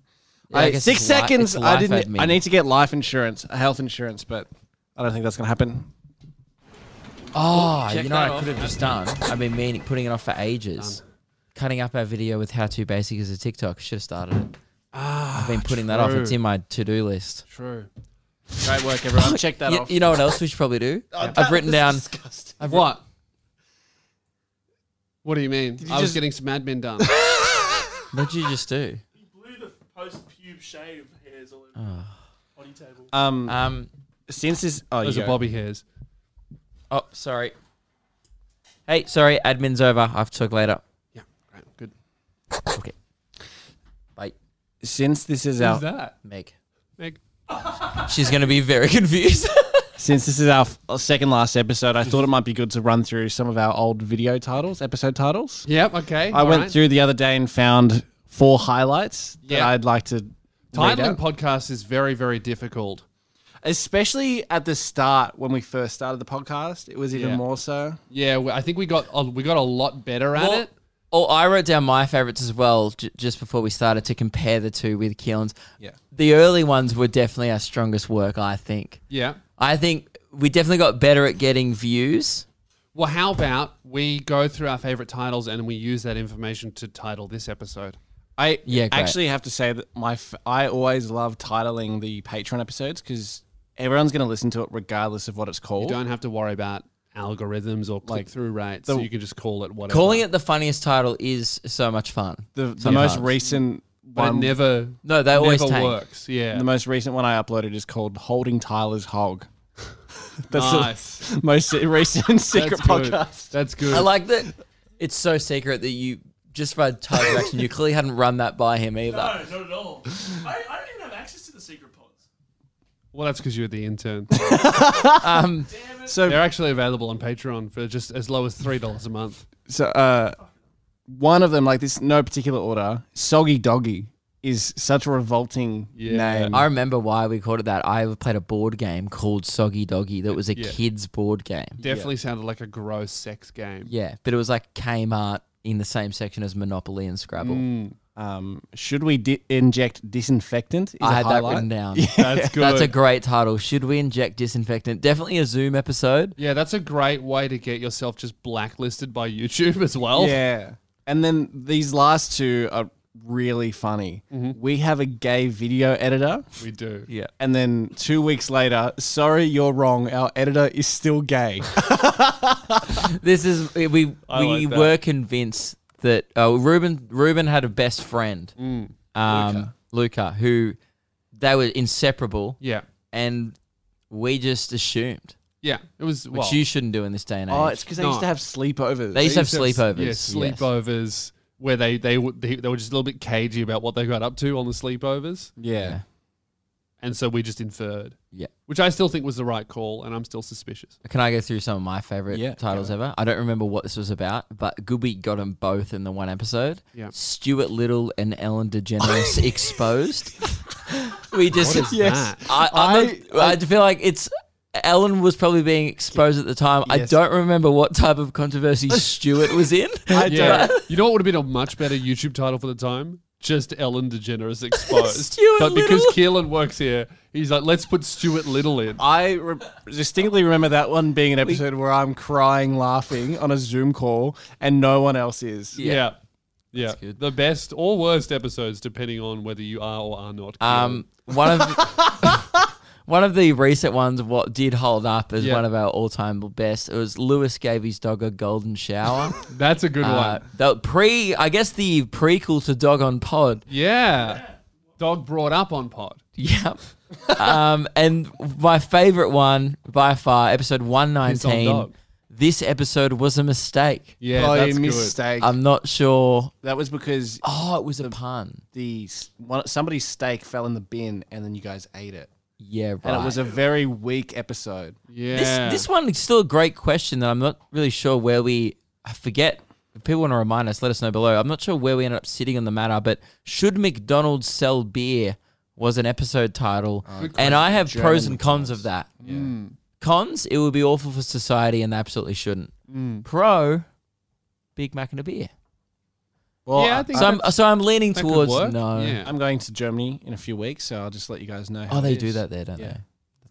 [SPEAKER 3] Yeah, I
[SPEAKER 2] I-
[SPEAKER 3] guess
[SPEAKER 2] six
[SPEAKER 3] it's li-
[SPEAKER 2] seconds.
[SPEAKER 3] it's
[SPEAKER 2] I
[SPEAKER 3] life
[SPEAKER 2] didn't.
[SPEAKER 3] admin.
[SPEAKER 2] I need to get life insurance, health insurance, but I don't think that's going to happen.
[SPEAKER 3] Oh,
[SPEAKER 1] check
[SPEAKER 3] you know
[SPEAKER 1] that
[SPEAKER 3] what I
[SPEAKER 1] off.
[SPEAKER 3] could have just done. I've been meaning putting it off for ages. Cutting up our video with how to basic as a TikTok. Should have started it.
[SPEAKER 1] Ah,
[SPEAKER 3] I've been putting that off. It's
[SPEAKER 2] true.
[SPEAKER 3] in my to do list.
[SPEAKER 2] True. Great work, everyone. Check that
[SPEAKER 3] You,
[SPEAKER 2] off.
[SPEAKER 3] you know what else we should probably do?
[SPEAKER 1] Oh,
[SPEAKER 3] I've written down. I've wri-
[SPEAKER 1] What? What do you mean? I was
[SPEAKER 2] just-
[SPEAKER 1] getting some admin done.
[SPEAKER 3] What did you just do?
[SPEAKER 4] He blew the post pube shave hairs all over the body table.
[SPEAKER 2] Um,
[SPEAKER 3] Um.
[SPEAKER 2] since this, oh,
[SPEAKER 1] Those
[SPEAKER 2] you
[SPEAKER 1] are
[SPEAKER 2] go.
[SPEAKER 1] bobby hairs.
[SPEAKER 3] Oh, sorry. Hey, sorry. Admin's over. I have to talk later.
[SPEAKER 1] Yeah. Great. Good.
[SPEAKER 3] Okay. Bye,
[SPEAKER 2] Since this is
[SPEAKER 1] Who's
[SPEAKER 2] our,
[SPEAKER 1] that?
[SPEAKER 3] Meg.
[SPEAKER 1] Meg.
[SPEAKER 3] She's gonna be very confused.
[SPEAKER 2] since this is our f- second last episode, I thought it might be good to run through some of our old video titles, episode titles.
[SPEAKER 1] Yep. Okay.
[SPEAKER 2] I went through the other day and found four highlights that
[SPEAKER 1] Yeah.
[SPEAKER 2] I'd like to read
[SPEAKER 1] Titling
[SPEAKER 2] out.
[SPEAKER 1] podcasts is very, very difficult.
[SPEAKER 2] especially at the start when we first started the podcast. It was even
[SPEAKER 1] Yeah.
[SPEAKER 2] more so.
[SPEAKER 1] Yeah, we- I think we got uh, we got a lot better at
[SPEAKER 3] Well,
[SPEAKER 1] it.
[SPEAKER 3] Oh, I wrote down my favorites as well, j- just before we started to compare the two with Keelan's.
[SPEAKER 2] Yeah.
[SPEAKER 3] The early ones were definitely our strongest work, I think.
[SPEAKER 1] Yeah.
[SPEAKER 3] I think we definitely got better at getting views.
[SPEAKER 1] Well, how about we go through our favorite titles and we use that information to title this episode?
[SPEAKER 2] I
[SPEAKER 3] Yeah, great.
[SPEAKER 2] actually have to say that my f- I always love titling the Patreon episodes because Everyone's going to listen to it regardless of what it's
[SPEAKER 1] You
[SPEAKER 2] called.
[SPEAKER 1] don't have to worry about algorithms or click through rates. so
[SPEAKER 2] the-
[SPEAKER 1] you can just call it whatever.
[SPEAKER 3] Calling it the funniest title is so much fun.
[SPEAKER 2] The, the
[SPEAKER 3] Sometimes.
[SPEAKER 2] most recent
[SPEAKER 1] but it
[SPEAKER 2] one,
[SPEAKER 1] never
[SPEAKER 3] No, they always
[SPEAKER 1] never
[SPEAKER 3] tank.
[SPEAKER 1] works. Yeah.
[SPEAKER 2] the most recent one I uploaded is called "Holding Tyler's Hog." That's
[SPEAKER 1] nice.
[SPEAKER 2] the most recent secret
[SPEAKER 1] That's good.
[SPEAKER 2] podcast.
[SPEAKER 1] That's good.
[SPEAKER 3] I like that it's so secret that you just by title direction you clearly hadn't run that by him either.
[SPEAKER 4] not at all. I, I don't even have access to the secret pods.
[SPEAKER 1] well, that's because you're the intern.
[SPEAKER 3] Um,
[SPEAKER 2] So
[SPEAKER 1] They're actually available on Patreon for just as low as three dollars a month.
[SPEAKER 2] so uh, one of them, like this, no particular order. Soggy Doggy is such a revolting
[SPEAKER 1] Yeah.
[SPEAKER 2] name.
[SPEAKER 3] I remember why we called it that. I played a board game called Soggy Doggy that was a
[SPEAKER 1] Yeah.
[SPEAKER 3] kids board game.
[SPEAKER 1] Definitely sounded like a gross sex game.
[SPEAKER 3] Yeah, but it was like Kmart in the same section as Monopoly and Scrabble.
[SPEAKER 1] Mm,
[SPEAKER 2] Um, should we di- inject disinfectant? Is
[SPEAKER 3] I
[SPEAKER 2] a
[SPEAKER 3] had that
[SPEAKER 2] highlight.
[SPEAKER 3] written down.
[SPEAKER 1] that's good.
[SPEAKER 3] That's a great title. Should we inject disinfectant? Definitely a Zoom episode.
[SPEAKER 1] yeah, that's a great way to get yourself just blacklisted by YouTube as
[SPEAKER 3] Oh.
[SPEAKER 1] well.
[SPEAKER 2] Yeah. And then these last two are really funny. We have a gay video editor.
[SPEAKER 1] We do.
[SPEAKER 3] Mm-hmm. Yeah.
[SPEAKER 2] And then two weeks later, sorry, you're wrong. Our editor is still gay.
[SPEAKER 3] This is we we
[SPEAKER 1] like that.
[SPEAKER 3] were convinced that uh, Ruben Ruben had a best friend,
[SPEAKER 1] Mm.
[SPEAKER 3] um, Luca. who they were inseparable,
[SPEAKER 1] Yeah.
[SPEAKER 3] and we just assumed,
[SPEAKER 1] Yeah. It was
[SPEAKER 3] which
[SPEAKER 1] well,
[SPEAKER 3] you shouldn't do in this day and age.
[SPEAKER 2] oh, it's because they used to
[SPEAKER 1] No.
[SPEAKER 2] have sleepovers.
[SPEAKER 3] They used to have
[SPEAKER 1] Yeah,
[SPEAKER 3] sleepovers. yes.
[SPEAKER 1] sleepovers where they they, would- they they were just a little bit cagey about what they got up to on the sleepovers,
[SPEAKER 2] yeah.
[SPEAKER 1] and so we just inferred.
[SPEAKER 3] Yeah.
[SPEAKER 1] Which I still think was the right call, and I'm still suspicious.
[SPEAKER 3] Can I go through some of my favorite
[SPEAKER 2] Yeah,
[SPEAKER 3] titles
[SPEAKER 2] go.
[SPEAKER 3] ever? I don't remember what this was about, but Gooby got them both in the one episode.
[SPEAKER 1] Yeah.
[SPEAKER 3] Stuart Little and Ellen DeGeneres exposed. we just
[SPEAKER 1] What is
[SPEAKER 2] Yes.
[SPEAKER 1] that?
[SPEAKER 3] I, I'm not- I, feel like it's Ellen was probably being exposed at the time. I
[SPEAKER 2] Yes.
[SPEAKER 3] don't remember what type of controversy Stewart was in.
[SPEAKER 2] I
[SPEAKER 1] Yeah.
[SPEAKER 2] don't.
[SPEAKER 1] you know what would have been a much better YouTube title for the time? Just Ellen DeGeneres exposed.
[SPEAKER 3] Stuart
[SPEAKER 1] but because
[SPEAKER 3] Little.
[SPEAKER 1] Keelan works here, he's like, let's put Stuart Little in.
[SPEAKER 2] I re- distinctly remember that one being an episode where I'm crying, laughing on a Zoom call, and no one else is.
[SPEAKER 3] Yeah.
[SPEAKER 1] Yeah. Yeah.
[SPEAKER 3] good.
[SPEAKER 1] The best or worst episodes, depending on whether you are or are not. Keelan.
[SPEAKER 3] Um, one of one of the recent ones what did hold up as
[SPEAKER 1] Yeah.
[SPEAKER 3] one of our all time best. It was Lewis gave his dog a golden shower.
[SPEAKER 1] That's a good
[SPEAKER 3] uh,
[SPEAKER 1] one.
[SPEAKER 3] the pre, I guess the prequel to Dog on Pod.
[SPEAKER 1] Yeah. Dog brought up on pod.
[SPEAKER 3] Yep. um, and my favorite one by far, episode one
[SPEAKER 1] His old
[SPEAKER 3] nineteen.
[SPEAKER 1] dog.
[SPEAKER 3] This episode was a mistake.
[SPEAKER 1] Yeah,
[SPEAKER 2] oh,
[SPEAKER 1] that's
[SPEAKER 2] you
[SPEAKER 1] good.
[SPEAKER 2] mistake.
[SPEAKER 3] I'm not sure.
[SPEAKER 2] that was because
[SPEAKER 3] Oh, it was a pun.
[SPEAKER 2] the s- one, somebody's steak fell in the bin, and then you guys ate it,
[SPEAKER 3] Yeah, right.
[SPEAKER 2] and it was a very weak episode.
[SPEAKER 1] Yeah.
[SPEAKER 3] This this one is still a great question that I'm not really sure where we I forget. If people want to remind us, let us know below. I'm not sure where we ended up sitting on the matter, but should McDonald's sell beer was an episode title. and I have
[SPEAKER 2] German
[SPEAKER 3] pros and cons of that.
[SPEAKER 1] Mm.
[SPEAKER 3] Cons, it would be awful for society and they absolutely shouldn't.
[SPEAKER 2] Mm.
[SPEAKER 3] Pro, Big Mac and a beer.
[SPEAKER 2] Well,
[SPEAKER 1] Yeah, I
[SPEAKER 2] I
[SPEAKER 1] think-
[SPEAKER 3] So I'm so I'm leaning
[SPEAKER 1] That could
[SPEAKER 3] towards
[SPEAKER 1] work.
[SPEAKER 3] no.
[SPEAKER 1] Yeah.
[SPEAKER 2] I'm going to Germany in a few weeks, so I'll just let you guys know. How
[SPEAKER 3] Oh, they
[SPEAKER 2] it
[SPEAKER 3] do
[SPEAKER 2] is.
[SPEAKER 3] that there, don't
[SPEAKER 2] Yeah.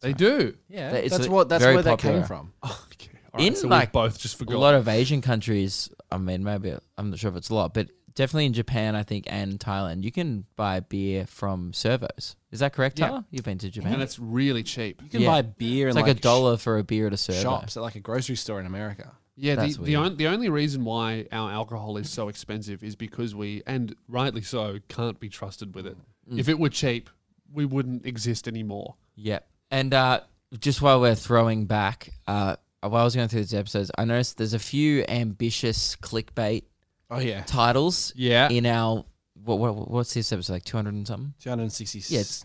[SPEAKER 1] they do.
[SPEAKER 2] Yeah,
[SPEAKER 3] That- it's
[SPEAKER 2] that's
[SPEAKER 3] a-
[SPEAKER 2] what that's
[SPEAKER 3] very
[SPEAKER 2] where that
[SPEAKER 3] popular.
[SPEAKER 2] came from.
[SPEAKER 1] Okay. All right,
[SPEAKER 3] In,
[SPEAKER 1] so
[SPEAKER 3] like,
[SPEAKER 1] we both just
[SPEAKER 3] they?
[SPEAKER 1] forgot.
[SPEAKER 3] A lot of Asian countries. I mean, maybe I'm not sure if it's a lot, but definitely in Japan, I think, and Thailand, you can buy beer from servos. Is that correct,
[SPEAKER 1] Yeah.
[SPEAKER 3] Tyler? You've been to Japan.
[SPEAKER 1] and it's really cheap.
[SPEAKER 2] You can
[SPEAKER 3] Yeah.
[SPEAKER 2] buy beer
[SPEAKER 3] It's
[SPEAKER 2] in
[SPEAKER 3] like,
[SPEAKER 2] like,
[SPEAKER 3] a
[SPEAKER 2] sh-
[SPEAKER 3] dollar for a beer at a servo.
[SPEAKER 2] shops at like a grocery store in America.
[SPEAKER 1] Yeah,
[SPEAKER 3] That's
[SPEAKER 1] the the,
[SPEAKER 3] weird.
[SPEAKER 1] on, the only reason why our alcohol is so expensive is because we, and rightly so, can't be trusted with it.
[SPEAKER 3] Mm.
[SPEAKER 1] If it were cheap, we wouldn't exist anymore.
[SPEAKER 3] Yep. And uh, just while we're throwing back, uh, while I was going through these episodes, I noticed there's a few ambitious clickbait
[SPEAKER 2] Oh yeah,
[SPEAKER 3] titles
[SPEAKER 1] Yeah.
[SPEAKER 3] in our. What, what, what's this episode? Like 200 and something?
[SPEAKER 2] two hundred sixty-eight.
[SPEAKER 3] it's-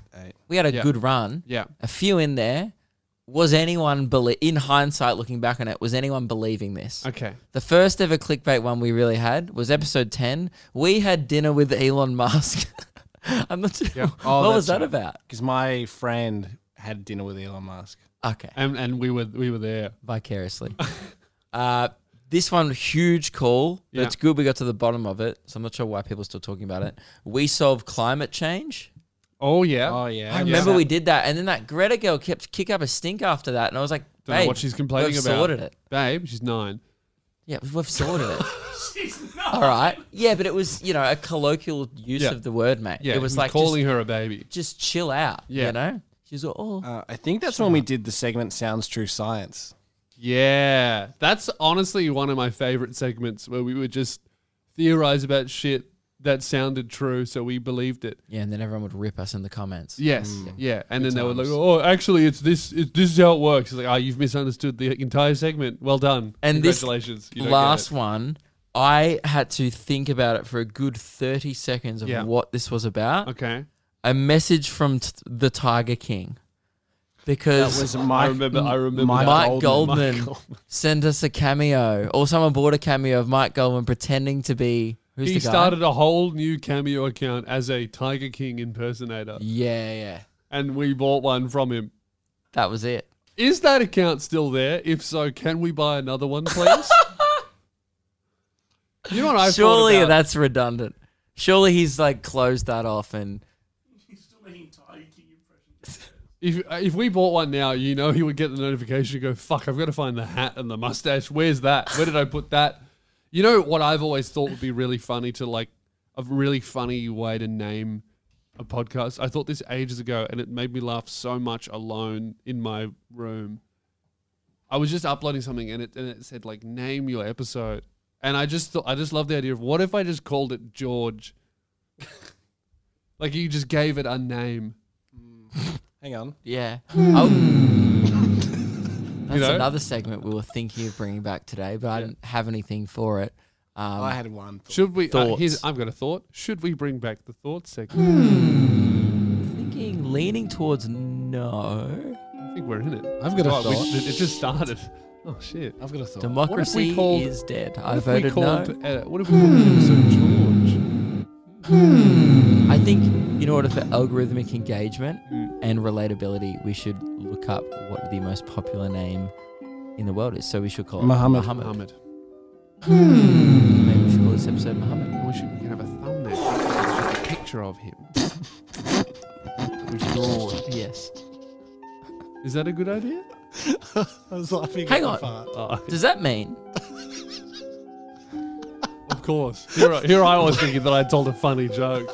[SPEAKER 3] We had a
[SPEAKER 1] Yeah.
[SPEAKER 3] good run.
[SPEAKER 1] yeah.
[SPEAKER 3] a few in there. Was anyone belie- in hindsight looking back on it? Was anyone believing this?
[SPEAKER 1] Okay.
[SPEAKER 3] The first ever clickbait one we really had was episode ten. We had dinner with Elon Musk. I'm not sure
[SPEAKER 2] Oh,
[SPEAKER 3] what was that
[SPEAKER 2] that's right.
[SPEAKER 3] about.
[SPEAKER 2] Because my friend had dinner with Elon Musk.
[SPEAKER 3] Okay,
[SPEAKER 1] And and we were we were there.
[SPEAKER 3] vicariously. uh, this one huge call. But
[SPEAKER 1] Yeah.
[SPEAKER 3] It's good we got to the bottom of it. So I'm not sure why people are still talking about it. We solve climate change.
[SPEAKER 1] Oh yeah.
[SPEAKER 2] Oh yeah,
[SPEAKER 3] I remember we did that, and then that Greta girl kept kick up a stink after that, and I was like,
[SPEAKER 1] Don't know
[SPEAKER 3] "Babe,
[SPEAKER 1] what she's complaining
[SPEAKER 3] we've
[SPEAKER 1] about.
[SPEAKER 3] sorted it.
[SPEAKER 1] Babe, she's nine.
[SPEAKER 3] Yeah, we've sorted it."
[SPEAKER 4] She's not.
[SPEAKER 3] All right. Yeah, but it was, you know, a colloquial use
[SPEAKER 1] Yeah.
[SPEAKER 3] of the word, mate.
[SPEAKER 1] Yeah.
[SPEAKER 3] it was
[SPEAKER 1] he
[SPEAKER 3] like,
[SPEAKER 1] calling her a baby.
[SPEAKER 3] just, just chill out,
[SPEAKER 1] Yeah.
[SPEAKER 3] you know? She's like, oh,
[SPEAKER 2] Uh, I think that's when we did the segment Sounds True Science.
[SPEAKER 1] Yeah, that's honestly one of my favorite segments where we would just theorize about shit that sounded true, so we believed it.
[SPEAKER 3] yeah, and then everyone would rip us in the comments.
[SPEAKER 1] Yes, yeah, and then they were like, "Oh, actually, it's this. It, this is how it works." It's like, "Oh, you've misunderstood the entire segment. Well done,
[SPEAKER 3] And this
[SPEAKER 1] congratulations." you don't get
[SPEAKER 3] Last
[SPEAKER 1] it.
[SPEAKER 3] one, I had to think about it for a good thirty seconds of
[SPEAKER 1] Yeah.
[SPEAKER 3] what this was about.
[SPEAKER 1] okay,
[SPEAKER 3] A message from t- the Tiger King, because
[SPEAKER 2] Mike.
[SPEAKER 1] I remember. I remember.
[SPEAKER 2] Mike
[SPEAKER 1] that.
[SPEAKER 3] Mike Goldman, sent us a cameo, or someone bought a cameo of Mike Goldman pretending to be who's
[SPEAKER 1] He
[SPEAKER 3] the guy?
[SPEAKER 1] started a whole new cameo account as a Tiger King impersonator,
[SPEAKER 3] Yeah, yeah,
[SPEAKER 1] and we bought one from him.
[SPEAKER 3] that was it.
[SPEAKER 1] Is that account still there? If so, can we buy another one, please? you know what I thought
[SPEAKER 3] Surely
[SPEAKER 1] about?
[SPEAKER 3] that's redundant. Surely he's like closed that off and
[SPEAKER 4] He's still making Tiger King impressions.
[SPEAKER 1] If if we bought one now, you know he would get the notification and go, "Fuck, I've got to find the hat and the mustache. Where's that? Where did I put that?" You know what I've always thought would be really funny to like a really funny way to name a podcast. I thought this ages ago, and it made me laugh so much alone in my room. I was just uploading something, and it and it said like name your episode, and I just thought I just love the idea of what if I just called it George, like you just gave it a name.
[SPEAKER 2] Hang on.
[SPEAKER 3] yeah. Oh. That's
[SPEAKER 1] Hmm. know?
[SPEAKER 3] another segment we were thinking of bringing back today, but I didn't have anything for it. Um,
[SPEAKER 2] I had one. thought.
[SPEAKER 1] Should we? Uh, here's,
[SPEAKER 3] Thoughts?
[SPEAKER 1] I've got a thought. Should we bring back the thought
[SPEAKER 3] Hmm.
[SPEAKER 1] segment?
[SPEAKER 3] thinking, leaning towards no.
[SPEAKER 1] I think we're in it.
[SPEAKER 2] I've got a
[SPEAKER 1] Oh, we-
[SPEAKER 2] thought.
[SPEAKER 1] it, it just started. Oh shit!
[SPEAKER 2] I've got a thought.
[SPEAKER 3] Democracy
[SPEAKER 1] called-
[SPEAKER 3] is dead.
[SPEAKER 1] What
[SPEAKER 3] I
[SPEAKER 1] if we
[SPEAKER 3] voted no. Hmm.
[SPEAKER 1] called? Uh, what if we called the episode George?
[SPEAKER 3] I think in order for algorithmic engagement and relatability, we should look up what the most popular name in the world is. So we should call it
[SPEAKER 2] Muhammad.
[SPEAKER 3] Muhammad.
[SPEAKER 1] Muhammad.
[SPEAKER 3] Maybe we should call this episode Muhammad.
[SPEAKER 1] I wish we could have a thumbnail. with a picture of him. We've drawn.
[SPEAKER 3] Yes.
[SPEAKER 1] Is that a good idea?
[SPEAKER 2] I was laughing.
[SPEAKER 3] Hang
[SPEAKER 2] at my
[SPEAKER 3] on.
[SPEAKER 2] fart.
[SPEAKER 1] Oh,
[SPEAKER 3] Does that mean
[SPEAKER 1] of course. Here, I- here I was thinking that I told a funny joke.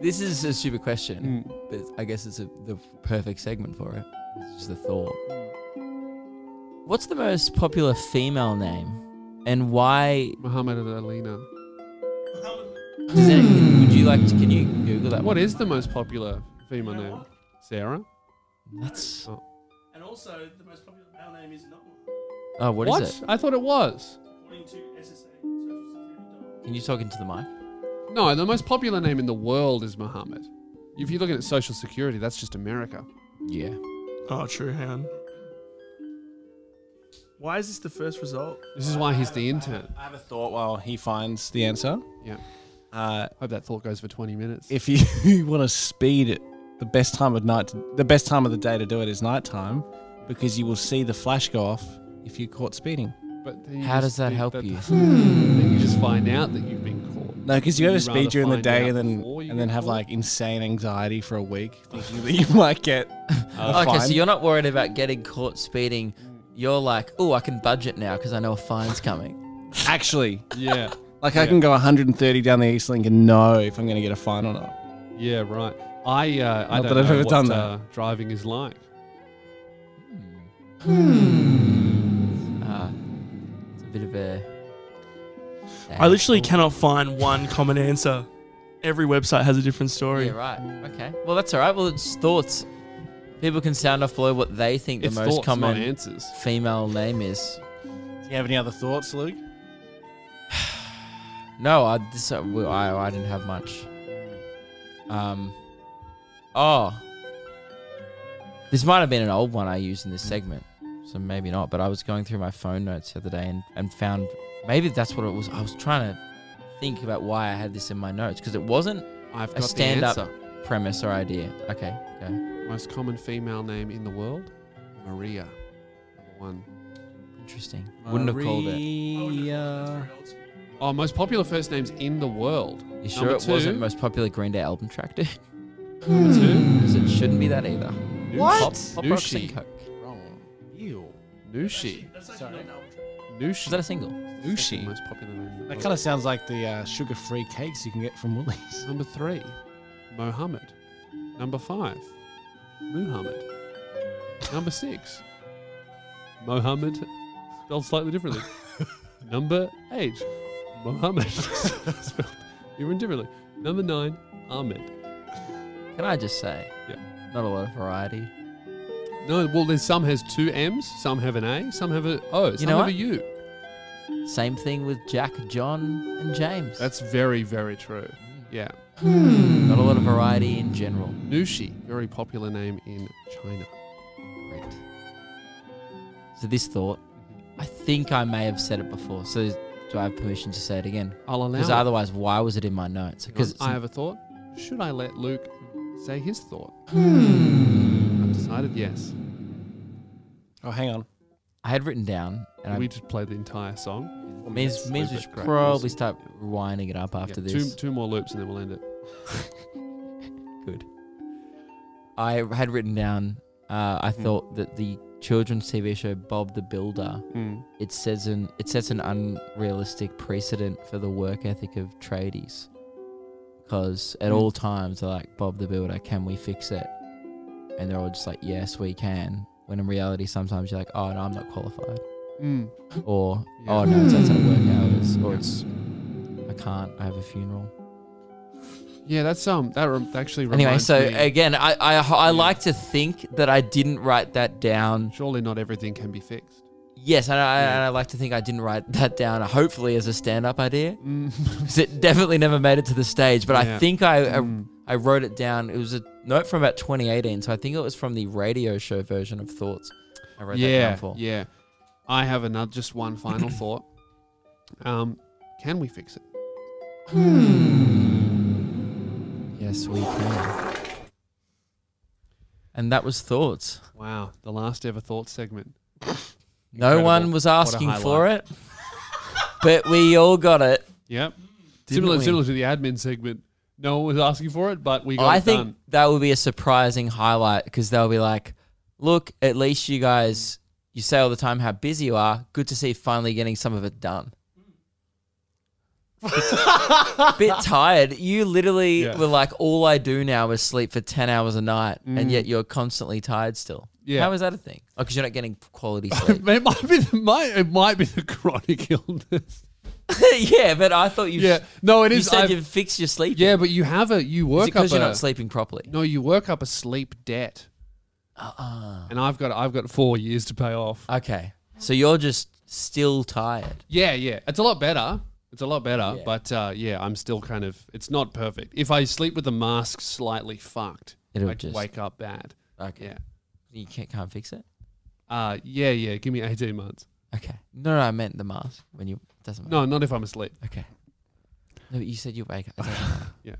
[SPEAKER 3] this is a stupid question?
[SPEAKER 1] Mm.
[SPEAKER 3] But I guess it's a, the perfect segment for it. It's just the thought. What's the most popular female name, and why
[SPEAKER 1] Muhammad and Alina.
[SPEAKER 3] does it? Would you like to? Can you Google that?
[SPEAKER 1] What
[SPEAKER 3] one?
[SPEAKER 1] is the most popular female
[SPEAKER 4] You know
[SPEAKER 1] name?
[SPEAKER 4] what?
[SPEAKER 1] Sarah.
[SPEAKER 3] That's
[SPEAKER 4] And also, the most popular male name is not
[SPEAKER 3] oh, what is
[SPEAKER 1] what?
[SPEAKER 3] it?
[SPEAKER 1] I thought it was.
[SPEAKER 4] according to SSA, Social Security.
[SPEAKER 3] Can you talk into the mic?
[SPEAKER 1] No, the most popular name in the world is Muhammad. If you're looking at Social Security, that's just America.
[SPEAKER 3] Yeah.
[SPEAKER 4] Oh, true. Hang on. Why is this the first result?
[SPEAKER 1] This is why he's the intern.
[SPEAKER 2] I have a thought while he finds the answer.
[SPEAKER 1] Yeah.
[SPEAKER 2] Uh,
[SPEAKER 1] Hope that thought goes for 20 minutes.
[SPEAKER 2] if you want to speed it, the best time of night, to, the best time of the day to do it is nighttime, because you will see the flash go off if you caught speeding.
[SPEAKER 1] But then you
[SPEAKER 3] How
[SPEAKER 1] just
[SPEAKER 3] does that
[SPEAKER 1] think
[SPEAKER 3] help you?
[SPEAKER 1] Then you just find out that you've been caught.
[SPEAKER 2] No, because you ever
[SPEAKER 1] You'd rather
[SPEAKER 2] speed during the
[SPEAKER 1] find
[SPEAKER 2] day
[SPEAKER 1] out
[SPEAKER 2] and then
[SPEAKER 1] before you
[SPEAKER 2] and then
[SPEAKER 1] get
[SPEAKER 2] have
[SPEAKER 1] caught?
[SPEAKER 2] like insane anxiety for a week, thinking that you might get. a
[SPEAKER 3] okay,
[SPEAKER 2] fine.
[SPEAKER 3] so you're not worried about getting caught speeding. You're like, oh, I can budget now because I know a fine's coming.
[SPEAKER 2] actually
[SPEAKER 1] Yeah.
[SPEAKER 2] like
[SPEAKER 1] Yeah.
[SPEAKER 2] I can go 130 down the East Link and know if I'm going to get a fine or not.
[SPEAKER 1] Yeah, right. I, uh, I
[SPEAKER 2] Not
[SPEAKER 1] don't
[SPEAKER 2] that I've
[SPEAKER 1] know
[SPEAKER 2] ever
[SPEAKER 1] what
[SPEAKER 2] done that.
[SPEAKER 1] uh, driving is like.
[SPEAKER 3] Uh, it's a bit of a.
[SPEAKER 4] I literally cannot find one common answer. Every website has a different story.
[SPEAKER 3] Yeah, right. Okay. Well, that's all right. Well, it's thoughts. People can sound off below what they think the
[SPEAKER 1] it's
[SPEAKER 3] most
[SPEAKER 1] thoughts, not
[SPEAKER 3] common
[SPEAKER 1] answers.
[SPEAKER 3] female name is.
[SPEAKER 2] Do you have any other thoughts, Luke?
[SPEAKER 3] No, I this, uh, well, I I didn't have much. Um. Oh. This might have been an old one I used in
[SPEAKER 1] Hmm.
[SPEAKER 3] this segment, so maybe not. But I was going through my phone notes the other day and and found maybe that's what it was. I was trying to think about why I had this in my notes because it wasn't
[SPEAKER 1] I've
[SPEAKER 3] a
[SPEAKER 1] got
[SPEAKER 3] stand
[SPEAKER 1] the
[SPEAKER 3] up
[SPEAKER 1] answer.
[SPEAKER 3] premise or idea. Okay, go.
[SPEAKER 1] Most common female name in the world? Maria. Number One.
[SPEAKER 3] Interesting. Wouldn't have called it.
[SPEAKER 2] Maria.
[SPEAKER 1] Oh, most popular first names in the world.
[SPEAKER 3] You sure
[SPEAKER 1] Number
[SPEAKER 3] it wasn't
[SPEAKER 1] two.
[SPEAKER 3] most popular Green Day album track, dude?
[SPEAKER 1] Number two.
[SPEAKER 3] Because it shouldn't be that either. Pop, pop rocks and
[SPEAKER 1] Nushi.
[SPEAKER 3] coke.
[SPEAKER 2] Wrong. Ew.
[SPEAKER 1] Nushi.
[SPEAKER 4] That's
[SPEAKER 2] actually Sorry.
[SPEAKER 3] Is
[SPEAKER 4] not
[SPEAKER 1] Nushi.
[SPEAKER 3] that a single?
[SPEAKER 1] Second
[SPEAKER 2] Ushi.
[SPEAKER 1] most popular name in the
[SPEAKER 2] That
[SPEAKER 1] world.
[SPEAKER 2] kind of sounds like the uh, sugar-free cakes you can get from Woolies.
[SPEAKER 1] Number three, Mohammed. Number five, Muhammad. Number six, Mohammed, spelled slightly differently. Number eight, Mohammed, spelled even differently. Number nine, Ahmed.
[SPEAKER 3] Can I just say?
[SPEAKER 1] Yeah.
[SPEAKER 3] Not a lot of variety.
[SPEAKER 1] No, well, there's some has two M's, some have an A, some have a O, some
[SPEAKER 3] know
[SPEAKER 1] have a
[SPEAKER 3] what?
[SPEAKER 1] U.
[SPEAKER 3] Same thing with Jack, John, and James.
[SPEAKER 1] That's very, very true.
[SPEAKER 3] Mm.
[SPEAKER 1] Yeah.
[SPEAKER 3] not a lot of variety in general.
[SPEAKER 1] Nushi, very popular name in China.
[SPEAKER 3] Great. So this thought, I think I may have said it before. So do I have permission to say it again?
[SPEAKER 1] I'll allow
[SPEAKER 3] Because
[SPEAKER 1] it.
[SPEAKER 3] otherwise, why was it in my notes?
[SPEAKER 1] Hang on,
[SPEAKER 3] Because
[SPEAKER 1] I have a thought. Should I let Luke say his thought? I've decided yes.
[SPEAKER 2] Oh, hang on.
[SPEAKER 3] I had written down, and
[SPEAKER 1] Can
[SPEAKER 3] I
[SPEAKER 1] we just play the entire song.
[SPEAKER 3] means means we
[SPEAKER 1] Luke,
[SPEAKER 3] should
[SPEAKER 1] great.
[SPEAKER 3] probably start winding it up after
[SPEAKER 1] Yeah,
[SPEAKER 3] this.
[SPEAKER 1] Two, two more loops and then we'll end it.
[SPEAKER 3] Good. I had written down. Uh, I thought that the children's TV show Bob the Builder
[SPEAKER 1] Hmm.
[SPEAKER 3] it says an it sets an unrealistic precedent for the work ethic of tradies, because at
[SPEAKER 1] Mm.
[SPEAKER 3] all times they're like Bob the Builder, can we fix it? And they're all just like, yes, we can. When in reality, sometimes you're like, oh no, I'm not qualified,
[SPEAKER 1] Mm.
[SPEAKER 3] or
[SPEAKER 1] Yeah.
[SPEAKER 3] oh no, it's outside of work hours, or it's I can't, I have a funeral.
[SPEAKER 1] Yeah, that's um that rem- that actually reminds
[SPEAKER 3] Anyway, so
[SPEAKER 1] me.
[SPEAKER 3] again, I I, I like to think that I didn't write that down.
[SPEAKER 1] surely not everything can be fixed.
[SPEAKER 3] Yes, and I,
[SPEAKER 1] Yeah.
[SPEAKER 3] and I like to think I didn't write that down. uh, Hopefully, as a stand-up idea,
[SPEAKER 1] Mm.
[SPEAKER 3] 'Cause it definitely never made it to the stage. But
[SPEAKER 1] Yeah.
[SPEAKER 3] I think I, I
[SPEAKER 1] Mm.
[SPEAKER 3] I wrote it down. It was a note from about 2018, so I think it was from the radio show version of Thoughts. I wrote that
[SPEAKER 1] yeah,
[SPEAKER 3] down for.
[SPEAKER 1] yeah. I have another just one final thought. Um, can we fix it?
[SPEAKER 3] Yes, we can. And that was Thoughts.
[SPEAKER 1] Wow, the last ever thought segment.
[SPEAKER 3] No
[SPEAKER 1] Incredible.
[SPEAKER 3] one was asking
[SPEAKER 1] highlight.
[SPEAKER 3] for it, but we all got it.
[SPEAKER 1] Yep.
[SPEAKER 3] Didn't
[SPEAKER 1] similar,
[SPEAKER 3] we?
[SPEAKER 1] similar to the admin segment. No one was asking for it, but we got
[SPEAKER 3] I
[SPEAKER 1] it
[SPEAKER 3] think
[SPEAKER 1] done.
[SPEAKER 3] that will be a surprising highlight because they'll be like, look, at least you guys, you say all the time how busy you are. Good to see you finally getting some of it done. Bit tired. You literally
[SPEAKER 1] Yeah.
[SPEAKER 3] were like, all I do now is sleep for 10 hours a night, and yet you're constantly tired still.
[SPEAKER 1] Mm. Yeah.
[SPEAKER 3] How is that a thing? Oh, because you're not getting quality sleep.
[SPEAKER 1] It might be the might, it might be the chronic illness.
[SPEAKER 3] yeah, but I thought you,
[SPEAKER 1] Yeah, no, it
[SPEAKER 3] you
[SPEAKER 1] is.
[SPEAKER 3] said
[SPEAKER 1] I've-
[SPEAKER 3] you've fixed your sleep.
[SPEAKER 1] yeah, but you have a you work up
[SPEAKER 3] because you're
[SPEAKER 1] a,
[SPEAKER 3] not sleeping properly.
[SPEAKER 1] no, you work up a sleep debt,
[SPEAKER 3] Uh-uh.
[SPEAKER 1] and I've got I've got four years to pay off.
[SPEAKER 3] Okay. So you're just still tired.
[SPEAKER 1] Yeah, yeah, it's a lot better. It's a lot better,
[SPEAKER 3] Yeah.
[SPEAKER 1] but uh, yeah, I'm still kind of. It's not perfect. If I sleep with the mask slightly fucked,
[SPEAKER 3] It'll
[SPEAKER 1] I
[SPEAKER 3] just-
[SPEAKER 1] wake up bad.
[SPEAKER 3] Okay.
[SPEAKER 1] Yeah,
[SPEAKER 3] You can't, can't fix it?
[SPEAKER 1] uh, yeah, yeah. Give me 18 months.
[SPEAKER 3] Okay. No, no, I meant the mask when you doesn't matter.
[SPEAKER 1] No, not if I'm asleep.
[SPEAKER 3] Okay. No, but you said you wake up. It doesn't matter.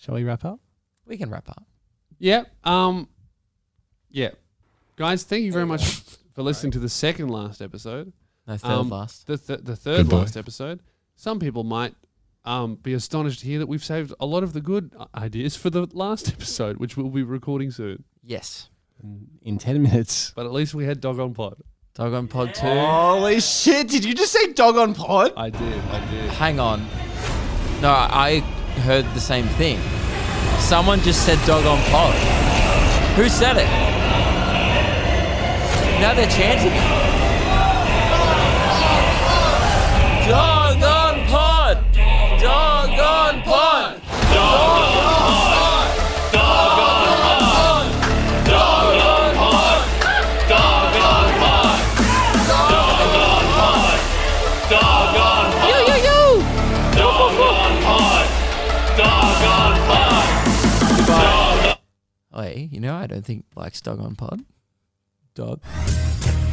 [SPEAKER 2] Shall we wrap up?
[SPEAKER 3] We can wrap up.
[SPEAKER 1] Yeah. Um. Yeah, guys, thank you very much for listening to the second last episode.
[SPEAKER 3] No third
[SPEAKER 1] Um,
[SPEAKER 3] last.
[SPEAKER 1] the, th- the third last episode. Some people might um, be astonished to hear that we've saved a lot of the good i- ideas for the last episode, which we'll be recording soon.
[SPEAKER 3] Yes.
[SPEAKER 2] In 10 minutes.
[SPEAKER 1] But at least we had Dog on Pod.
[SPEAKER 3] Dog on pod two.
[SPEAKER 2] Holy shit, did you just say dog on pod?
[SPEAKER 1] I did. I did.
[SPEAKER 3] Hang on. No, I I heard the same thing. Someone just said dog on pod. Who said it? Now they're chanting it. Dog on pod. Dog on pod. Wait, you know, I don't think Black's dog on pod. Dog.